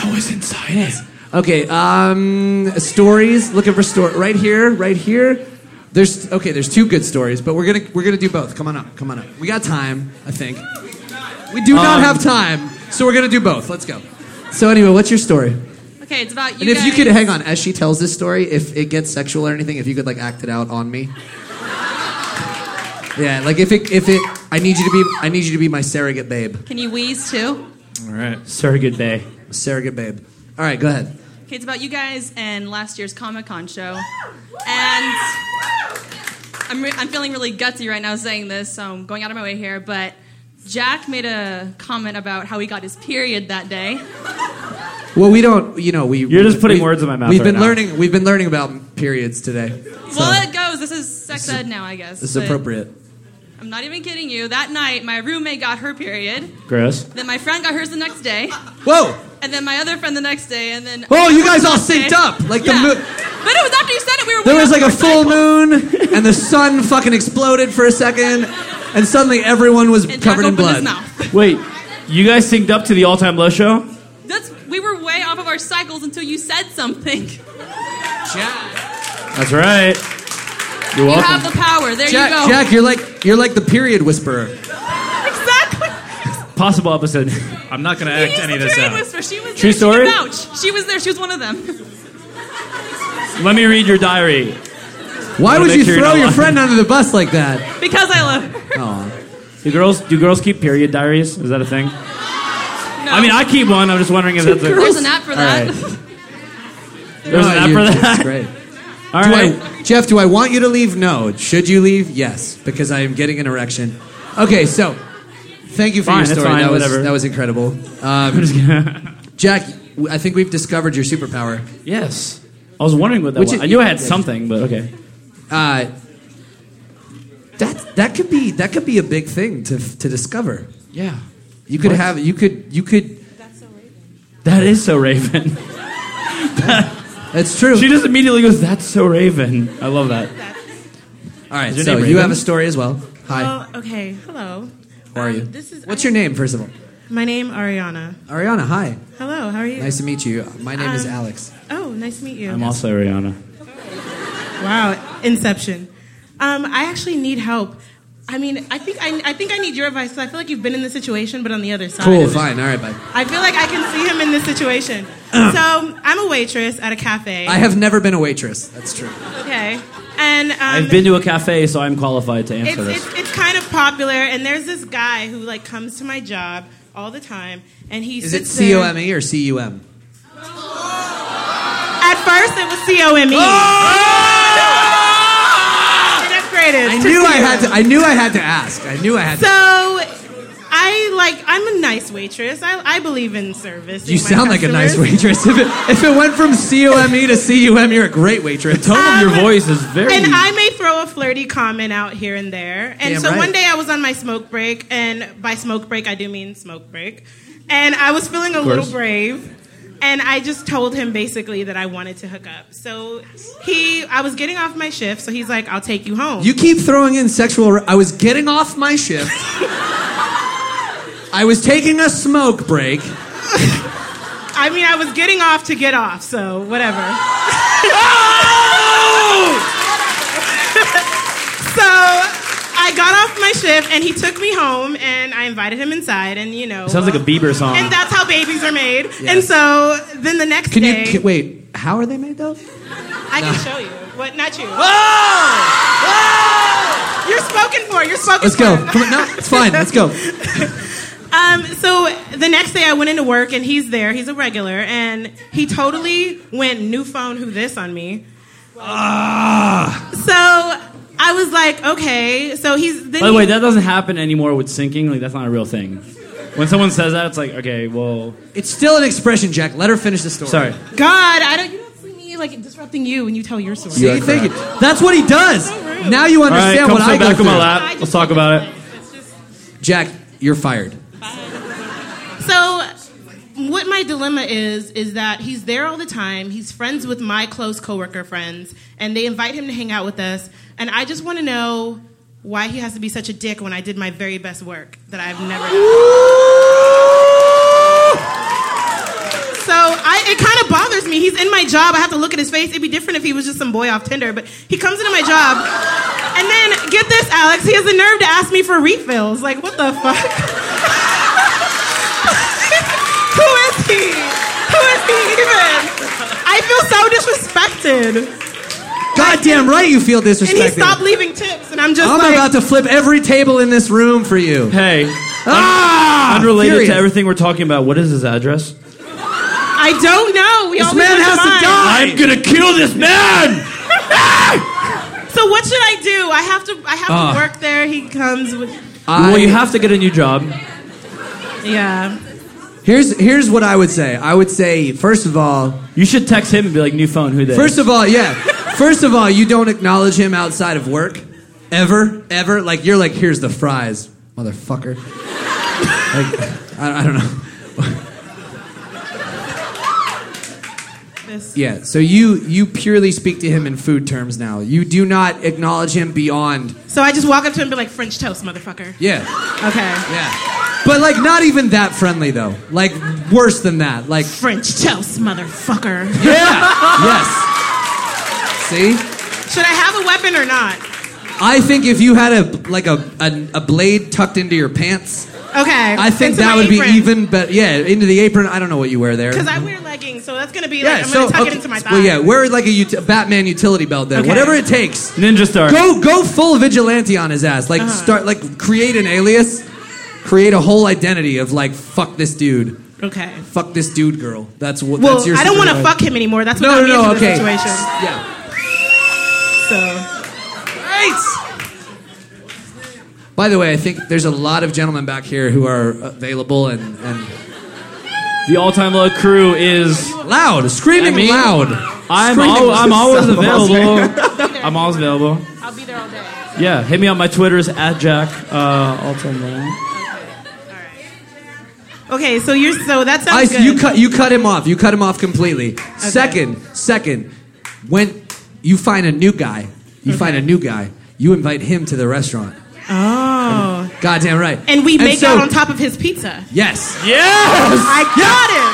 S9: I was inside.
S5: Okay, um, stories. Looking for story right here, right here. There's okay. There's two good stories, but we're gonna we're gonna do both. Come on up, come on up. We got time, I think. We do not
S9: Um,
S5: have time, so we're gonna do both. Let's go. So anyway, what's your story?
S11: Okay, it's about you.
S5: and if you
S11: guys.
S5: could hang on as she tells this story, if it gets sexual or anything, if you could like act it out on me. Yeah, like if it if it, I need you to be I need you to be my surrogate babe,
S11: Can you wheeze too?
S9: All right. Surrogate Bay.
S5: surrogate babe. All right, go ahead.
S11: Okay, it's about you guys and last year's Comic Con show. And I'm, re- I'm feeling really gutsy right now saying this, so I'm going out of my way here. But Jack made a comment about how he got his period that day.
S5: Well, we don't. You know, we.
S9: You're just putting
S5: we-
S9: words in my mouth
S5: We've
S9: right
S5: been
S9: now.
S5: learning. We've been learning about periods today. So
S11: Well, it goes. This is sex ed now, I guess.
S5: this is
S11: but
S5: appropriate.
S11: I'm not even kidding you. That night, my roommate got her period.
S9: Gross.
S11: Then my friend got hers the next day.
S5: Whoa!
S11: And then my other friend the next day. And then.
S5: Oh, you guys all
S11: Okay.
S5: synced up like
S11: Yeah.
S5: the. Mo-
S11: But it was after you said it. We were.
S5: there
S11: way
S5: was
S11: off
S5: like
S11: our
S5: a full
S11: cycle.
S5: moon, and the sun fucking exploded for a second, and suddenly everyone was
S11: And Jack
S5: covered in
S11: opened
S5: blood.
S11: His mouth.
S9: Wait, you guys synced up to the all time low show?
S11: That's we were way off of our cycles until you said something.
S5: Jack,
S9: That's right. You're
S11: You
S9: welcome.
S11: have the power. There you
S5: Jack,
S11: go.
S5: Jack, you're like you're like the period whisperer.
S11: Exactly.
S9: Possible opposite.
S6: I'm not gonna
S11: You used the period whisper. She was
S9: True story?
S11: there. She can vouch. She was there. She was one of them.
S9: Let me read your diary.
S5: Why
S9: Wanna
S5: would
S9: make
S5: you
S9: sure you're
S5: throw
S9: not
S5: your
S9: lying.
S5: friend under the bus like that?
S11: Because I love her.
S5: Oh,
S9: Do girls do girls keep period diaries? Is that a thing?
S11: No.
S9: I mean, I keep one. I'm just wondering if that's a.
S11: There's an app for that.
S9: All There's an
S5: No,
S9: app
S5: Oh, you-
S9: for
S5: It's
S9: that.
S5: great.
S9: All
S5: Do
S9: right.
S5: I, Jeff, do I want you to leave? No. Should you leave? Yes, because I am getting an erection. Okay, so thank you for
S9: Fine,
S5: your
S9: that's
S5: story.
S9: fine,
S5: that was
S9: whatever.
S5: that was incredible.
S9: I'm
S5: Um,
S9: just gonna-
S5: Jack, w- I think we've discovered your superpower.
S9: yes. I was wondering what that
S5: Which
S9: was.
S5: is-
S9: I knew I had something, but okay.
S5: Uh, that that could be that could be a big thing to to discover.
S9: Yeah.
S5: You could
S9: What?
S5: have you could you could.
S9: That is so Raven.
S5: That's true.
S9: She just immediately goes, "That's so Raven." I love that.
S5: All right,
S6: your
S5: so
S6: name
S5: you
S6: Raven?
S5: have a story as well. Hi,
S11: Well, okay. Hello.
S5: how are
S11: Um,
S5: you?
S11: This is
S5: What's your name, first of all?
S11: My name Ariana.
S5: Ariana, hi.
S11: Hello. How are you?
S5: Nice to meet you. My name is
S11: Um,
S5: Alex.
S11: Oh, nice to meet you.
S6: I'm also Ariana.
S11: Wow. Inception. Um, I actually need help. I mean, I think I, I think I need your advice. 'cause I feel like you've been in this situation, but on the other side.
S5: Cool, fine. All right, bye.
S11: I feel like I can see him in this situation. so I'm a waitress at a cafe.
S5: I have never been a waitress. That's true.
S11: okay. And um,
S6: I've been to a cafe, so I'm qualified to
S11: it's,
S6: answer this.
S11: it's, it's kind of popular, and there's this guy who like comes to my job all the time, and he
S5: Is it
S11: sits
S5: C O
S11: there-
S5: M E or C U M?
S11: At first, it was C O M E.
S6: Oh!
S11: Upgraded.
S5: I
S11: to
S5: knew I had to.
S11: C-O-M-E.
S5: I knew I had to ask. I knew I had to.
S11: So, I like. I'm a nice waitress. I, I believe in service.
S5: You
S11: in my
S5: sound like a nice
S11: customers.
S5: waitress. If it, if it went from C O M E to C U M, you're a great waitress.
S6: Tone of your
S11: Um,
S6: voice is very.
S11: And I may throw a flirty comment out here and there. And
S5: Damn
S11: so
S5: right.
S11: one day I was on my smoke break, and by smoke break I do mean smoke break. And I was feeling a little
S6: course.
S11: brave, and I just told him basically that I wanted to hook up. So he, I was getting off my shift, so he's like, "I'll take you home."
S5: You keep throwing in sexual. Re- I was getting off my shift. I was taking a smoke break.
S11: I mean, I was getting off to get off, so whatever. so I got off my shift, and he took me home, and I invited him inside, and you know.
S6: sounds like a Bieber song.
S11: And that's how babies are made.
S5: Yeah.
S11: And so then the next
S5: Can
S11: day,
S5: you can, wait? How are they made though?
S11: I can show you. What? Not you. You're spoken for. You're spoken
S5: Let's
S11: for.
S5: go. Come on, no, it's fine. Let's go.
S11: Um, so the next day I went into work and he's there. He's a regular and he totally went new phone who this on me.
S6: Ah.
S11: So I was like, okay. So he's then
S6: By the way,
S11: he-
S6: that doesn't happen anymore with syncing. Like that's not a real thing. When someone says that, it's like, okay, well,
S5: It's still an expression, Jack. Let her finish the story.
S6: sorry.
S11: God, I don't. You don't see me like disrupting you when you tell your story.
S5: See, thank you. That's what he does.
S11: So rude.
S5: now you
S6: All right,
S5: understand
S6: come
S5: what I
S6: sit
S5: go
S6: back on my
S5: through.
S11: I
S6: lap.
S11: just-
S6: Let's talk about it.
S11: It's just-
S5: Jack, you're fired.
S11: So, what my dilemma is is that he's there all the time. He's friends with my close coworker friends, and they invite him to hang out with us. And I just want to know why he has to be such a dick when I did my very best work that I've never. done. So I, it kind of bothers me. He's in my job. I have to look at his face. It'd be different if he was just some boy off Tinder, but he comes into my job, and then get this, Alex. He has the nerve to ask me for refills. Like, what the fuck? Who is he? Who is he even? I feel so disrespected.
S5: Goddamn right, you feel
S11: And he
S5: disrespected.
S11: stopped leaving tips, and I'm just
S5: I'm
S11: like,
S5: about to flip every table in this room for you.
S6: Hey,
S5: Ah!
S6: unrelated
S5: Furious.
S6: to everything we're talking about, what is his address?
S11: I don't know. We
S5: This
S11: always
S5: man
S11: have
S5: has to
S11: mine.
S5: die.
S6: I'm gonna kill this man.
S11: So what should I do? I have to. I have
S5: Ah.
S11: to work there. He comes with.
S5: I-
S6: well, you have to get a new job.
S11: Yeah.
S5: Here's here's what I would say. I would say first of all,
S6: You should text him and be like, "New phone, who they?"
S5: first of all, yeah. First of all, you don't acknowledge him outside of work ever, ever. Like you're like, here's the fries, motherfucker. like I, I don't know.
S11: This.
S5: Yeah. So you you purely speak to him in food terms now. You do not acknowledge him beyond.
S11: So I just walk up to him and be like, French toast, motherfucker.
S5: Yeah.
S11: Okay.
S5: Yeah. But like not even that friendly though. Like worse than that. Like
S11: French toast, motherfucker.
S5: yeah. yes. See.
S11: Should I have a weapon or not?
S5: I think if you had a like a a, a blade tucked into your pants,
S11: Okay.
S5: I think
S11: Into
S5: that
S11: my
S5: would
S11: apron.
S5: be even better. Yeah, into the apron. I don't know what you wear there.
S11: Because I wear leggings, so that's gonna be
S5: yeah,
S11: like I'm gonna tuck
S5: okay,
S11: it into my thigh.
S5: well, yeah, wear like a ut- Batman utility belt then.
S11: Okay.
S5: Whatever it takes.
S6: Ninja Star.
S5: Go go full vigilante on his ass.
S11: Uh-huh.
S5: Like start like create an alias, create a whole identity of like fuck this dude,
S11: Okay.
S5: fuck this dude girl. That's what.
S11: Well,
S5: that's your
S11: I don't want to
S5: superhero.
S11: fuck him anymore. That's what
S5: No,
S11: got me
S5: no, no.
S11: into
S5: Okay.
S11: this situation.
S5: Yeah.
S11: So
S5: By the way, I think there's a lot of gentlemen back here who are available and, and
S6: The all-time low crew is.
S5: loud, screaming
S6: I mean,
S5: loud.
S6: I'm
S5: Screaming
S6: al- I'm
S5: to
S6: always
S5: someone.
S6: available. I'm always available.
S11: I'll be there all day.
S6: Yeah, hit me on my Twitter's at Jack uh, all-time low.
S11: Okay, so you're so that
S5: I,
S11: sounds good.
S5: you cut you cut him off. You cut him off completely. Second, second, when you find a new guy, you find a new guy. You invite him to the restaurant.
S11: Oh.
S5: Goddamn right.
S11: And we make
S5: so-
S11: out on top of his pizza.
S5: Yes.
S11: I got it.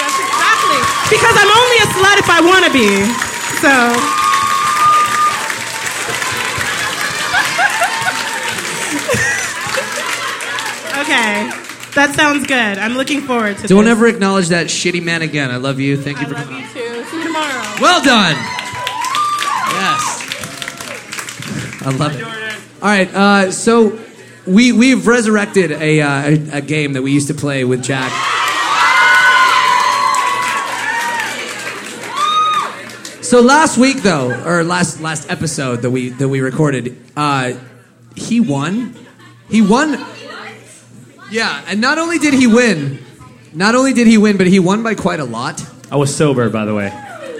S11: That's exactly. Because I'm only a slut if I want to be. So. okay. That sounds good. I'm looking forward to
S5: Don't
S11: this.
S5: ever acknowledge that shitty man again. I love you. Thank you for coming.
S11: Two. See you tomorrow.
S5: Well done. Yes. I love it. All right, uh, so we we've resurrected a, uh, a a game that we used to play with Jack. So last week, though, or last last episode that we that we recorded, uh, he won. He won. Yeah, and not only did he win, not only did he win, but he won by quite a lot.
S6: I was sober, by the way.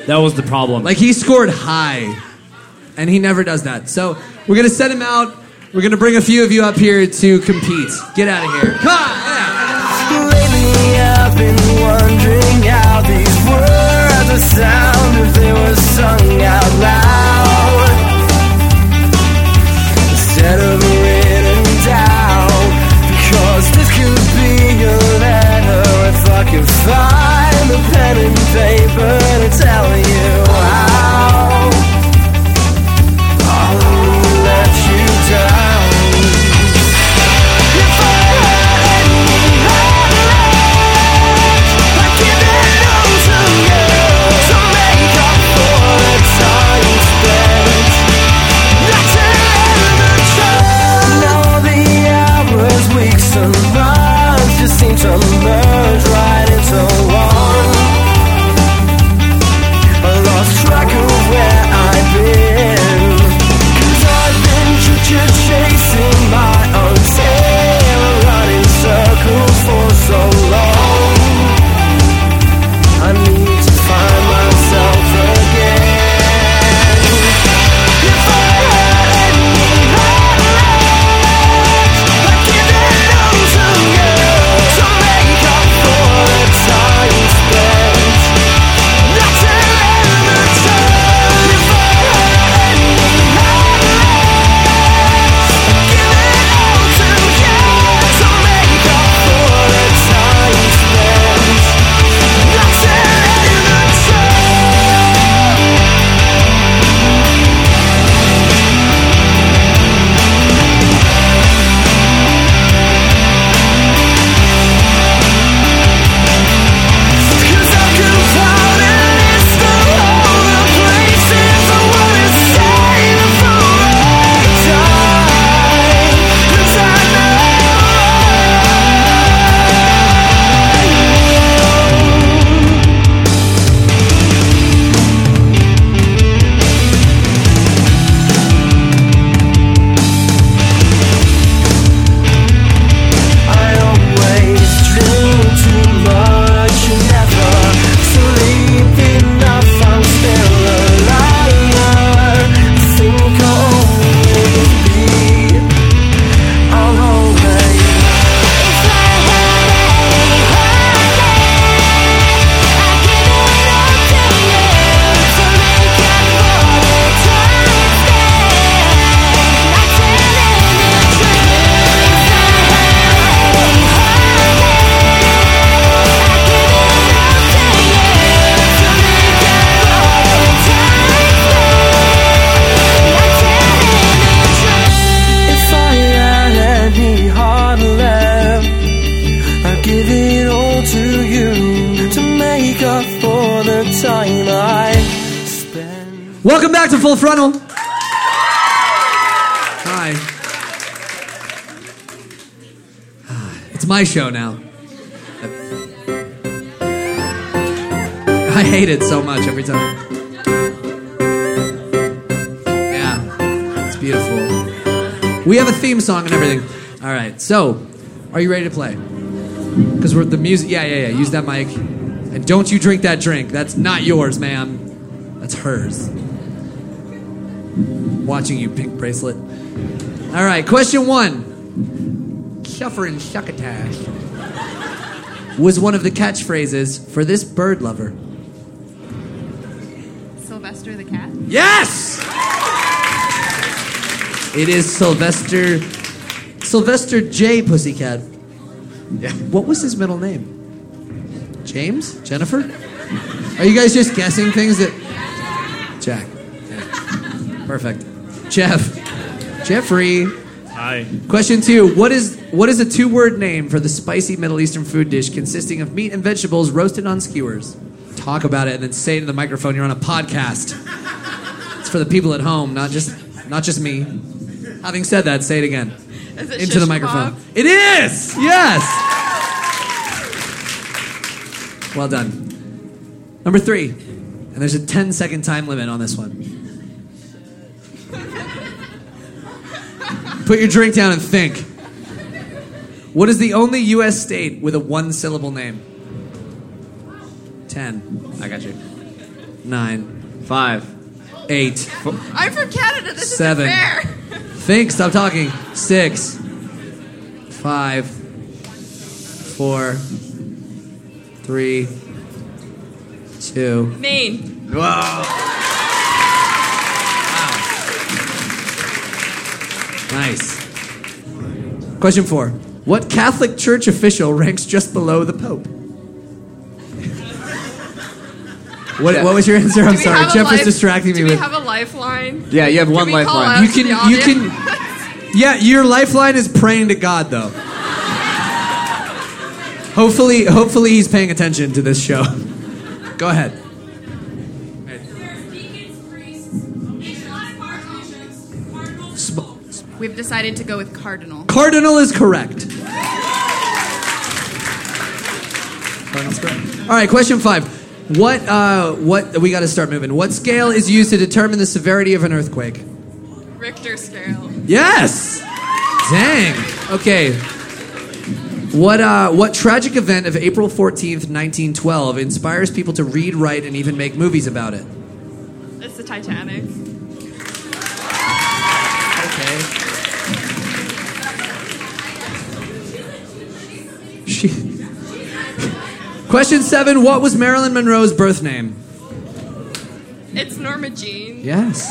S6: That was the problem.
S5: Like he scored high, and he never does that. So we're gonna send him out. We're gonna bring a few of you up here to compete. Get out of here. Come on.
S9: Lately I've been wondering how these words would sound if they were sung out loud. Instead of written down, because this could be a letter if I could find the pen and paper to tell you how. I'll let you down. To merge right into one. I lost track of where I've been. Cause I've been ch- ch- chasing my own tail, running circles for so long. I need to find myself again. If I had any heart left, I'd give it all to you to make up for the time spent. Not to end the time. If I had any heart left, I'd give it all to you to make up for the time spent. Not to end the time. I always dream too much, never sleep enough. I'm still a liar. Think I'll always be. I'll always. If I had any heart I'd give it all to you to make up for the time spent. Not telling the truth. If I If I had any heart left, I'd give it all to you to make up for the time I spent.
S5: Welcome back to Full Frontal. Hi. It's my show now. I hate it so much every time. Yeah, it's beautiful. We have a theme song and everything. All right, so are you ready to play? Because we're the music. Yeah, yeah, yeah. Use that mic, and don't you drink that drink. That's not yours, ma'am. That's hers. Watching you, pink bracelet. All right, question one. Suffering succotash was one of the catchphrases for this bird lover.
S12: Sylvester the cat.
S5: Yes! It is Sylvester Sylvester J. Pussycat. Yeah. What was his middle name? James? Jennifer? Are you guys just guessing things that Jack. Yeah. Perfect. Jeff. Jeffrey.
S6: Hi.
S5: Question two: What is what is a two-word name for the spicy Middle Eastern food dish consisting of meat and vegetables roasted on skewers? Talk about it and then say it in the microphone. You're on a podcast. It's for the people at home, not just not just me. Having said that, say it again
S10: Is it
S5: into the
S10: shish
S5: microphone. It is yes. Well done. Number three, and there's a 10 second time limit on this one. Put your drink down and think. What is the only U.S. state with a one syllable name? 10. I got you. 9. 5. 8.
S10: I'm from Canada. This
S5: Seven.
S10: isn't fair.
S5: Think, stop talking. Six. Five. Four. Three. Two.
S10: Maine.
S5: Wow. Nice. Question four. What Catholic Church official ranks just below the Pope? What, what was your answer?
S10: Do
S5: I'm
S10: we
S5: sorry.
S10: have a
S5: Jeff was
S10: life-
S5: distracting me
S10: Do we
S5: with.
S10: have a lifeline?
S5: Yeah, you have
S10: Can
S5: one
S10: we call
S5: lifeline.
S10: out
S5: You
S10: to the
S5: can- you can-
S10: audience?
S5: Yeah, your lifeline is praying to God, though. hopefully, hopefully he's paying attention to this show. Go ahead.
S10: We've decided to go with cardinal.
S5: Cardinal is correct. Cardinal's correct. All right, question five. What? Uh, what? We got to start moving. What scale is used to determine the severity of an earthquake?
S10: Richter scale.
S5: Yes. Dang. Okay. What uh, what tragic event of April 14th, 1912 inspires people to read, write, and even make movies about it?
S10: It's the Titanic.
S5: Okay. She... Question seven What was Marilyn Monroe's birth name?
S10: It's Norma Jean.
S5: Yes.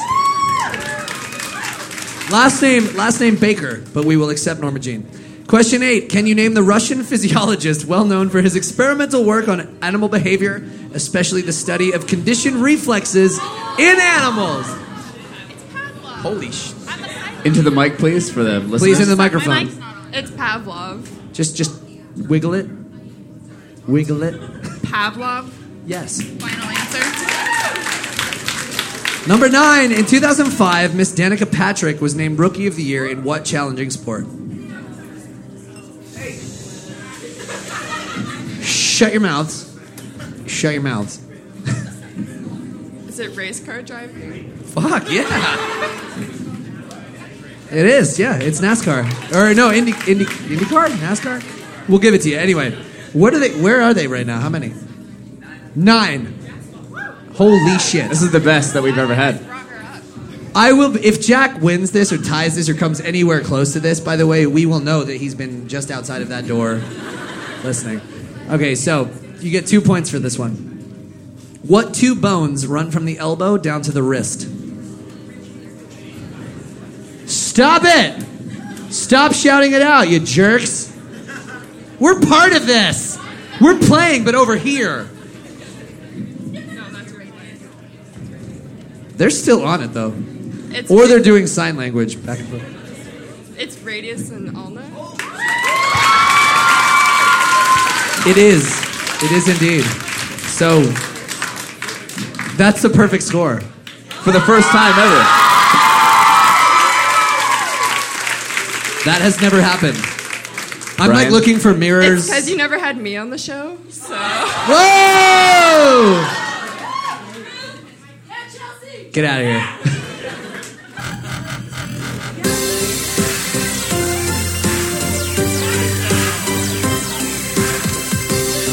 S5: Last name, last name Baker, but we will accept Norma Jean. Question eight: Can you name the Russian physiologist well known for his experimental work on animal behavior, especially the study of conditioned reflexes in animals? Holy sh!
S7: Into the mic, please, for the listeners.
S5: Please in the microphone.
S10: It's Pavlov.
S5: Just, just wiggle it, wiggle it.
S10: Pavlov.
S5: Yes.
S10: Final answer.
S5: Number nine, in 2005, Miss Danica Patrick was named Rookie of the Year in what challenging sport? Shut your mouths. Shut your mouths.
S10: Is it race car driving?
S5: Fuck, yeah. It is, yeah. It's NASCAR. Or no, Indy, Indy, IndyCar? NASCAR? We'll give it to you. Anyway, what are they, where are they right now? How many? Nine. Holy shit.
S7: This is the best that we've ever had.
S5: I will. If Jack wins this or ties this or comes anywhere close to this, by the way, we will know that he's been just outside of that door, listening. Okay, so you get two points for this one. What two bones run from the elbow down to the wrist? Stop it! Stop shouting it out, you jerks! We're part of this. We're playing, but over here. They're still on it though,
S10: It's
S5: or they're doing sign language back and forth.
S10: It's radius and ulna.
S5: It is. It is indeed. So that's the perfect score for the first time ever. That has never happened. I'm like
S10: Brian?
S5: looking for mirrors.
S10: Because you never had me on the show, so.
S5: Whoa! Get out of here.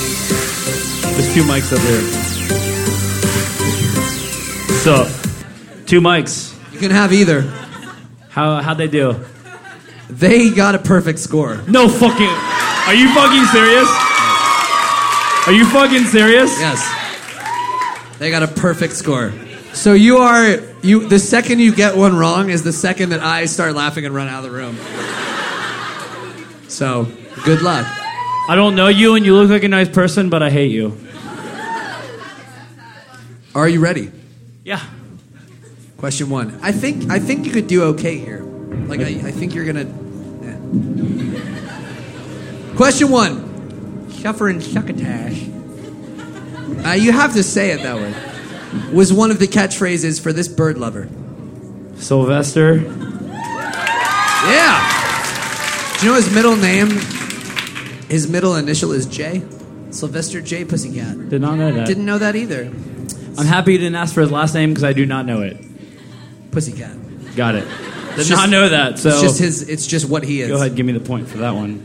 S6: There's two mics up there. So, two mics.
S5: You can have either.
S6: How how'd they do?
S5: They got a perfect score.
S6: No fucking. Are you fucking serious? Are you fucking serious?
S5: Yes. They got a perfect score. So you are You, the second you get one wrong is the second that I start laughing and run out of the room. So, good luck.
S6: I don't know you, and you look like a nice person, but I hate you.
S5: Are you ready?
S6: Yeah.
S5: Question one. I think I think you could do okay here. Like I, I think you're gonna. eh. Question one. Suffer and succotash. Uh, you have to say it that way. Was one of the catchphrases for this bird lover.
S6: Sylvester.
S5: Yeah. Do you know his middle name? His middle initial is J. Sylvester J. Pussycat.
S6: Did not know that.
S5: Didn't know that either.
S6: I'm happy you didn't ask for his last name because I do not know it.
S5: Pussycat.
S6: Got it. Did
S5: It's
S6: not
S5: just-
S6: know that. So
S5: it's just his. It's just what he is.
S6: Go ahead, give me the point for that one.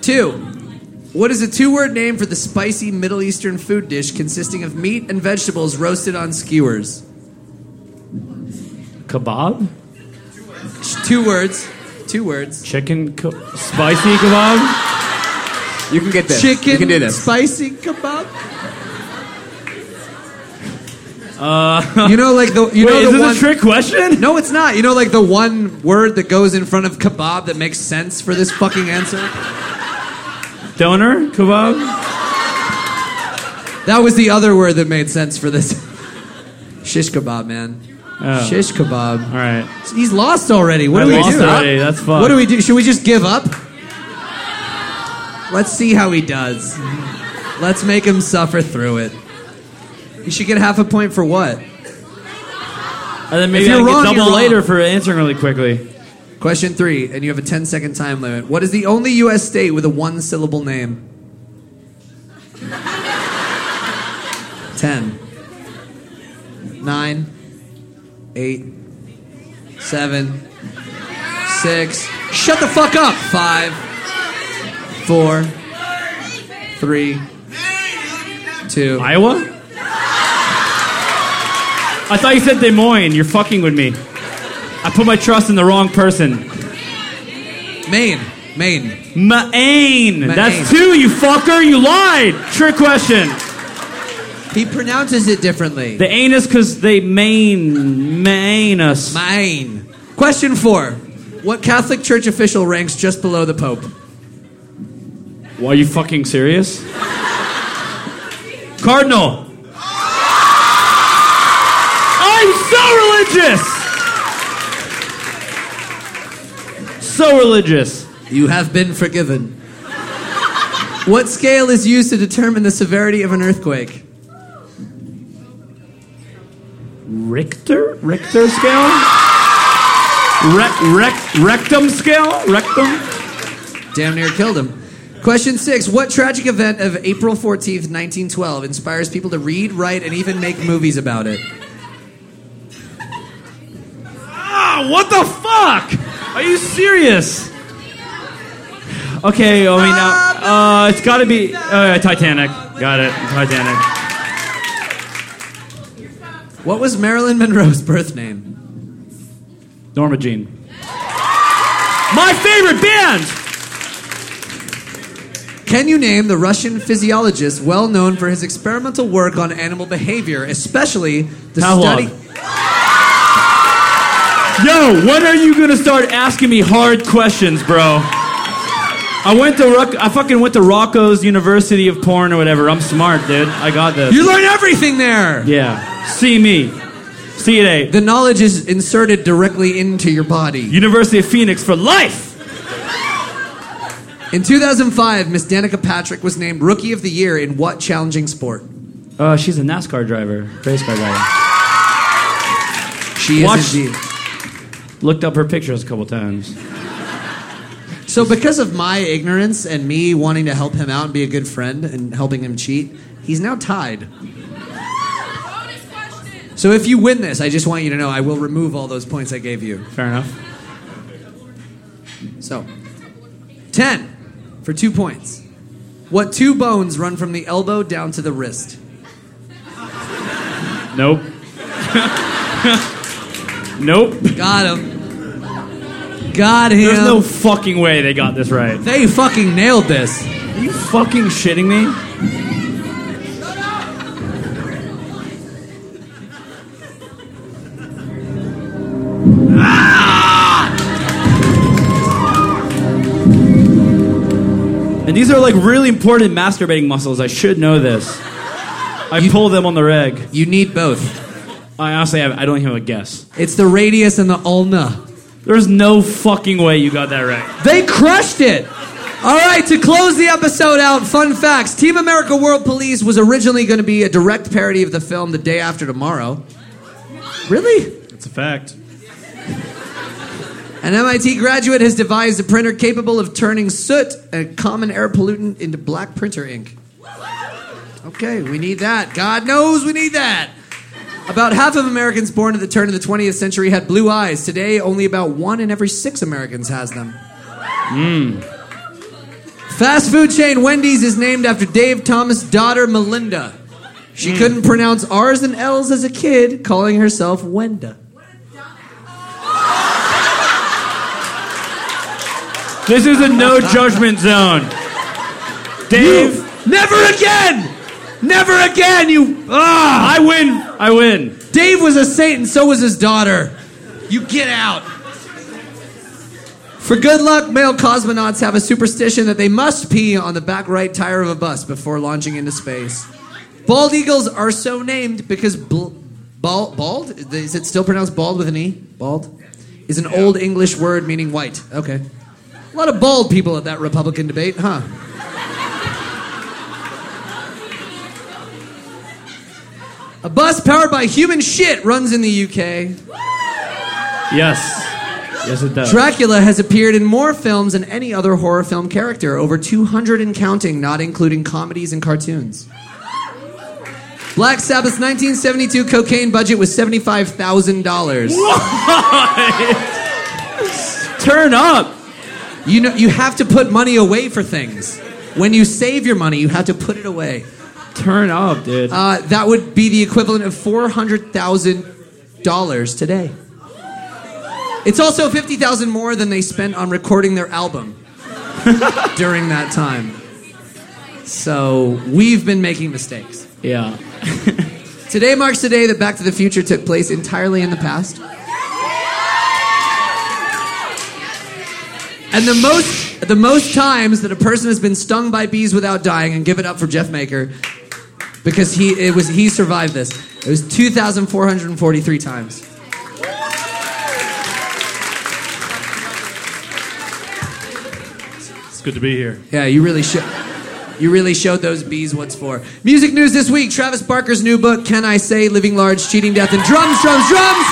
S5: Two. What is a two-word name for the spicy Middle Eastern food dish consisting of meat and vegetables roasted on skewers?
S6: Kebab,
S5: Two words. Two words.
S6: chicken, ke- spicy kebab.
S7: You can get this.
S5: Chicken
S7: You can do this.
S5: spicy kebab. you know, like the you
S6: Uh, Wait,
S5: know
S6: is
S5: the
S6: this
S5: one.
S6: a trick question?
S5: No, it's not. You know, like the one word that goes in front of kebab that makes sense for this fucking answer.
S6: Donor kebab.
S5: That was the other word that made sense for this. Shish kebab, man.
S6: Oh.
S5: Shish kebab.
S6: All right.
S5: He's lost already. What
S6: I
S5: do we
S6: lost
S5: do?
S6: already. That's fucked.
S5: What do we do? Should we just give up? Let's see how he does. Let's make him suffer through it. You should get half a point for what?
S6: And then maybe
S5: If
S6: I
S5: you're
S6: can
S5: wrong,
S6: get
S5: you're
S6: double
S5: wrong.
S6: later for answering really quickly.
S5: Question three, and you have a 10 second time limit. What is the only U.S. state with a one syllable name? 10, 9, 8, 7, 6. Shut the fuck up! 5, 4, 3, 2.
S6: Iowa? I thought you said Des Moines. You're fucking with me. I put my trust in the wrong person.
S5: Maine. Maine.
S6: Maine.
S5: Maine.
S6: That's two, you fucker. You lied. Trick question.
S5: He pronounces it differently.
S6: The anus because they main, main us.
S5: Mine. Question four. What Catholic Church official ranks just below the Pope?
S6: Why, are you fucking serious? Cardinal. I'm so religious. So religious.
S5: You have been forgiven. what scale is used to determine the severity of an earthquake?
S6: Richter? Richter scale? Rec, rec, rectum scale? Rectum?
S5: Damn near killed him. Question six. What tragic event of April 14th, 1912 inspires people to read, write, and even make movies about it?
S6: Ah, what the fuck? Are you serious? Okay, I mean, now, uh, it's gotta be uh, Titanic. Got it, Titanic.
S5: What was Marilyn Monroe's birth name?
S6: Norma Jean. My favorite band!
S5: Can you name the Russian physiologist well known for his experimental work on animal behavior, especially the
S6: Pavlov.
S5: study?
S6: Yo, when are you gonna start asking me hard questions, bro? I went to Rock- I fucking went to Rocco's University of Porn or whatever. I'm smart, dude. I got this.
S5: You learn everything there.
S6: Yeah. See me. See you today.
S5: The knowledge is inserted directly into your body.
S6: University of Phoenix for life.
S5: In 2005, Miss Danica Patrick was named Rookie of the Year in what challenging sport?
S6: Uh, she's a NASCAR driver, race car driver.
S5: She is
S6: Watch-
S5: indeed.
S6: Looked up her pictures a couple times.
S5: So, because of my ignorance and me wanting to help him out and be a good friend and helping him cheat, he's now tied. So, if you win this, I just want you to know I will remove all those points I gave you.
S6: Fair enough.
S5: So, 10 for two points. What two bones run from the elbow down to the wrist?
S6: Nope. nope.
S5: Got him. Got him.
S6: There's no fucking way they got this right.
S5: They fucking nailed this.
S6: Are you fucking shitting me? And these are like really important masturbating muscles. I should know this. I pull them on the reg.
S5: You need both.
S6: I honestly, have, I don't even have a guess.
S5: It's the radius and the ulna.
S6: There's no fucking way you got that right.
S5: They crushed it. All right, to close the episode out, fun facts. Team America World Police was originally going to be a direct parody of the film The Day After Tomorrow. Really?
S6: It's a fact.
S5: An MIT graduate has devised a printer capable of turning soot, a common air pollutant, into black printer ink. Okay, we need that. God knows we need that. About half of Americans born at the turn of the 20th century had blue eyes. Today, only about one in every six Americans has them. Fast food chain Wendy's is named after Dave Thomas' daughter Melinda. She couldn't pronounce R's and L's as a kid, calling herself Wenda.
S6: This is a no judgment zone. Dave,
S5: Never again! Never again, you. Ah!
S6: I win. I win.
S5: Dave was a saint and so was his daughter. You get out. For good luck, male cosmonauts have a superstition that they must pee on the back right tire of a bus before launching into space. Bald eagles are so named because bl- bald, bald is it still pronounced bald with an e? Bald is an old English word meaning white. Okay, a lot of bald people at that Republican debate, huh? A bus powered by human shit runs in the UK.
S6: Yes. Yes, it does.
S5: Dracula has appeared in more films than any other horror film character, over 200 and counting, not including comedies and cartoons. Black Sabbath's 1972 cocaine budget was $75,000.
S6: Turn up.
S5: You know you have to put money away for things. When you save your money, you have to put it away.
S6: Turn up, dude.
S5: Uh, that would be the equivalent of $400,000 today. It's also 50,000 more than they spent on recording their album during that time. So we've been making mistakes.
S6: yeah.
S5: Today marks the day that Back to the Future took place entirely in the past. And the most the most times that a person has been stung by bees without dying and give it up for Jeff Maker because he it was he survived this. It was 2443 times.
S6: It's good to be here.
S5: Yeah, you really should. You really showed those bees what's for. Music news this week: Travis Barker's new book, "Can I Say: Living Large, Cheating, Death, and Drums, Drums, Drums,"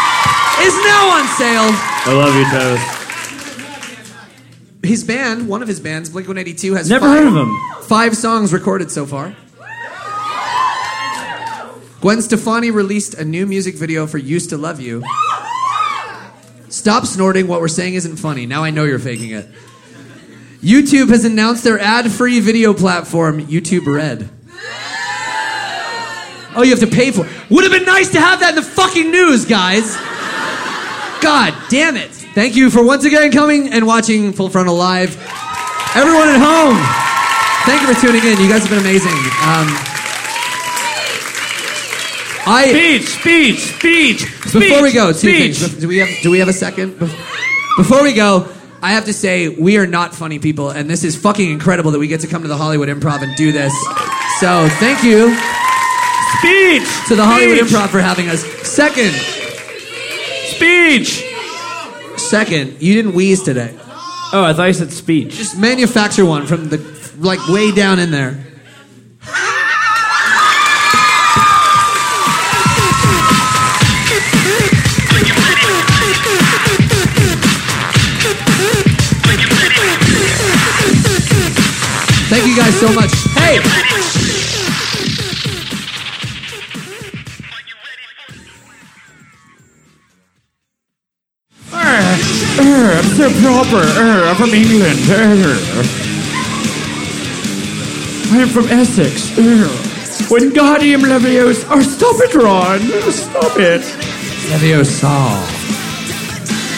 S5: is now on sale.
S6: I love you, Travis.
S5: His band, one of his bands, Blink One Eighty Two, has
S6: Never
S5: five,
S6: heard of him.
S5: Five songs recorded so far. Gwen Stefani released a new music video for "Used to Love You." Stop snorting. What we're saying isn't funny. Now I know you're faking it. YouTube has announced their ad-free video platform, YouTube Red. Oh, you have to pay for it. Would have been nice to have that in the fucking news, guys. God damn it. Thank you for once again coming and watching Full Frontal Live. Everyone at home, thank you for tuning in. You guys have been amazing. Um, I
S6: Speech, speech, speech.
S5: before
S6: speech,
S5: we go, two
S6: speech.
S5: things. Do we have do we have a second? Bef- Before we go, I have to say we are not funny people, and this is fucking incredible that we get to come to the Hollywood Improv and do this. So thank you
S6: Speech.
S5: to the Hollywood
S6: speech,
S5: Improv for having us. Second,
S6: Speech.
S5: second, you didn't wheeze today.
S6: Oh, I thought you said speech.
S5: Just manufacture one from the like way down in there. Thank you guys so much. Hey.
S6: I'm so proper. I'm from England. I am from Essex. When Guardian Levios. Oh, stop it, Ron. Stop it.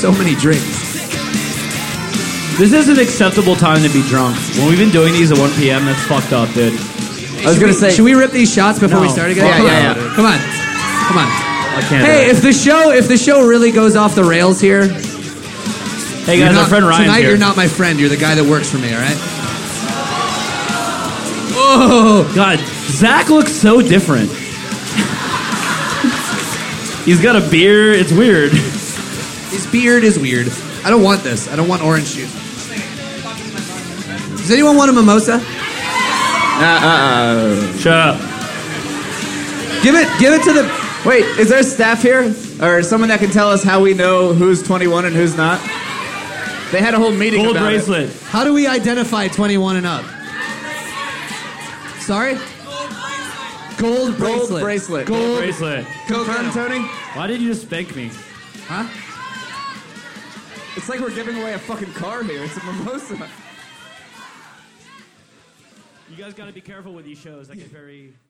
S5: So many drinks.
S6: This is an acceptable time to be drunk. When we've been doing these at 1 p.m., that's fucked up, dude.
S7: I was gonna say.
S5: Should we rip these shots before we
S6: No.
S5: start again?
S7: Yeah,
S5: Come
S7: yeah,
S5: on.
S7: yeah.
S5: Come on. Come on.
S6: I can't.
S5: Hey,
S6: do
S5: if the show if the show really goes off the rails here,
S6: that. hey guys,
S5: You're
S6: our
S5: not-
S6: friend Ryan's
S5: Tonight
S6: here.
S5: you're not my friend. You're the guy that works for me. All right.
S3: Whoa! God, Zach looks so different. He's got a beard. It's weird.
S5: His beard is weird. I don't want this. I don't want orange juice. Does anyone want a mimosa?
S7: Uh,
S3: Shut up.
S7: Give it, give it to the. Wait, is there staff here or someone that can tell us how we know who's 21 and who's not? They had a whole meeting
S5: Gold
S7: about it.
S5: bracelet. How do we identify 21 and up? Sorry? Gold bracelet.
S7: Gold bracelet.
S5: Gold
S3: bracelet.
S7: Confirm, Tony.
S3: Why did you just spank me?
S5: Huh?
S7: It's like we're giving away a fucking car here. It's a mimosa.
S3: You guys got to be careful with these shows. I get very.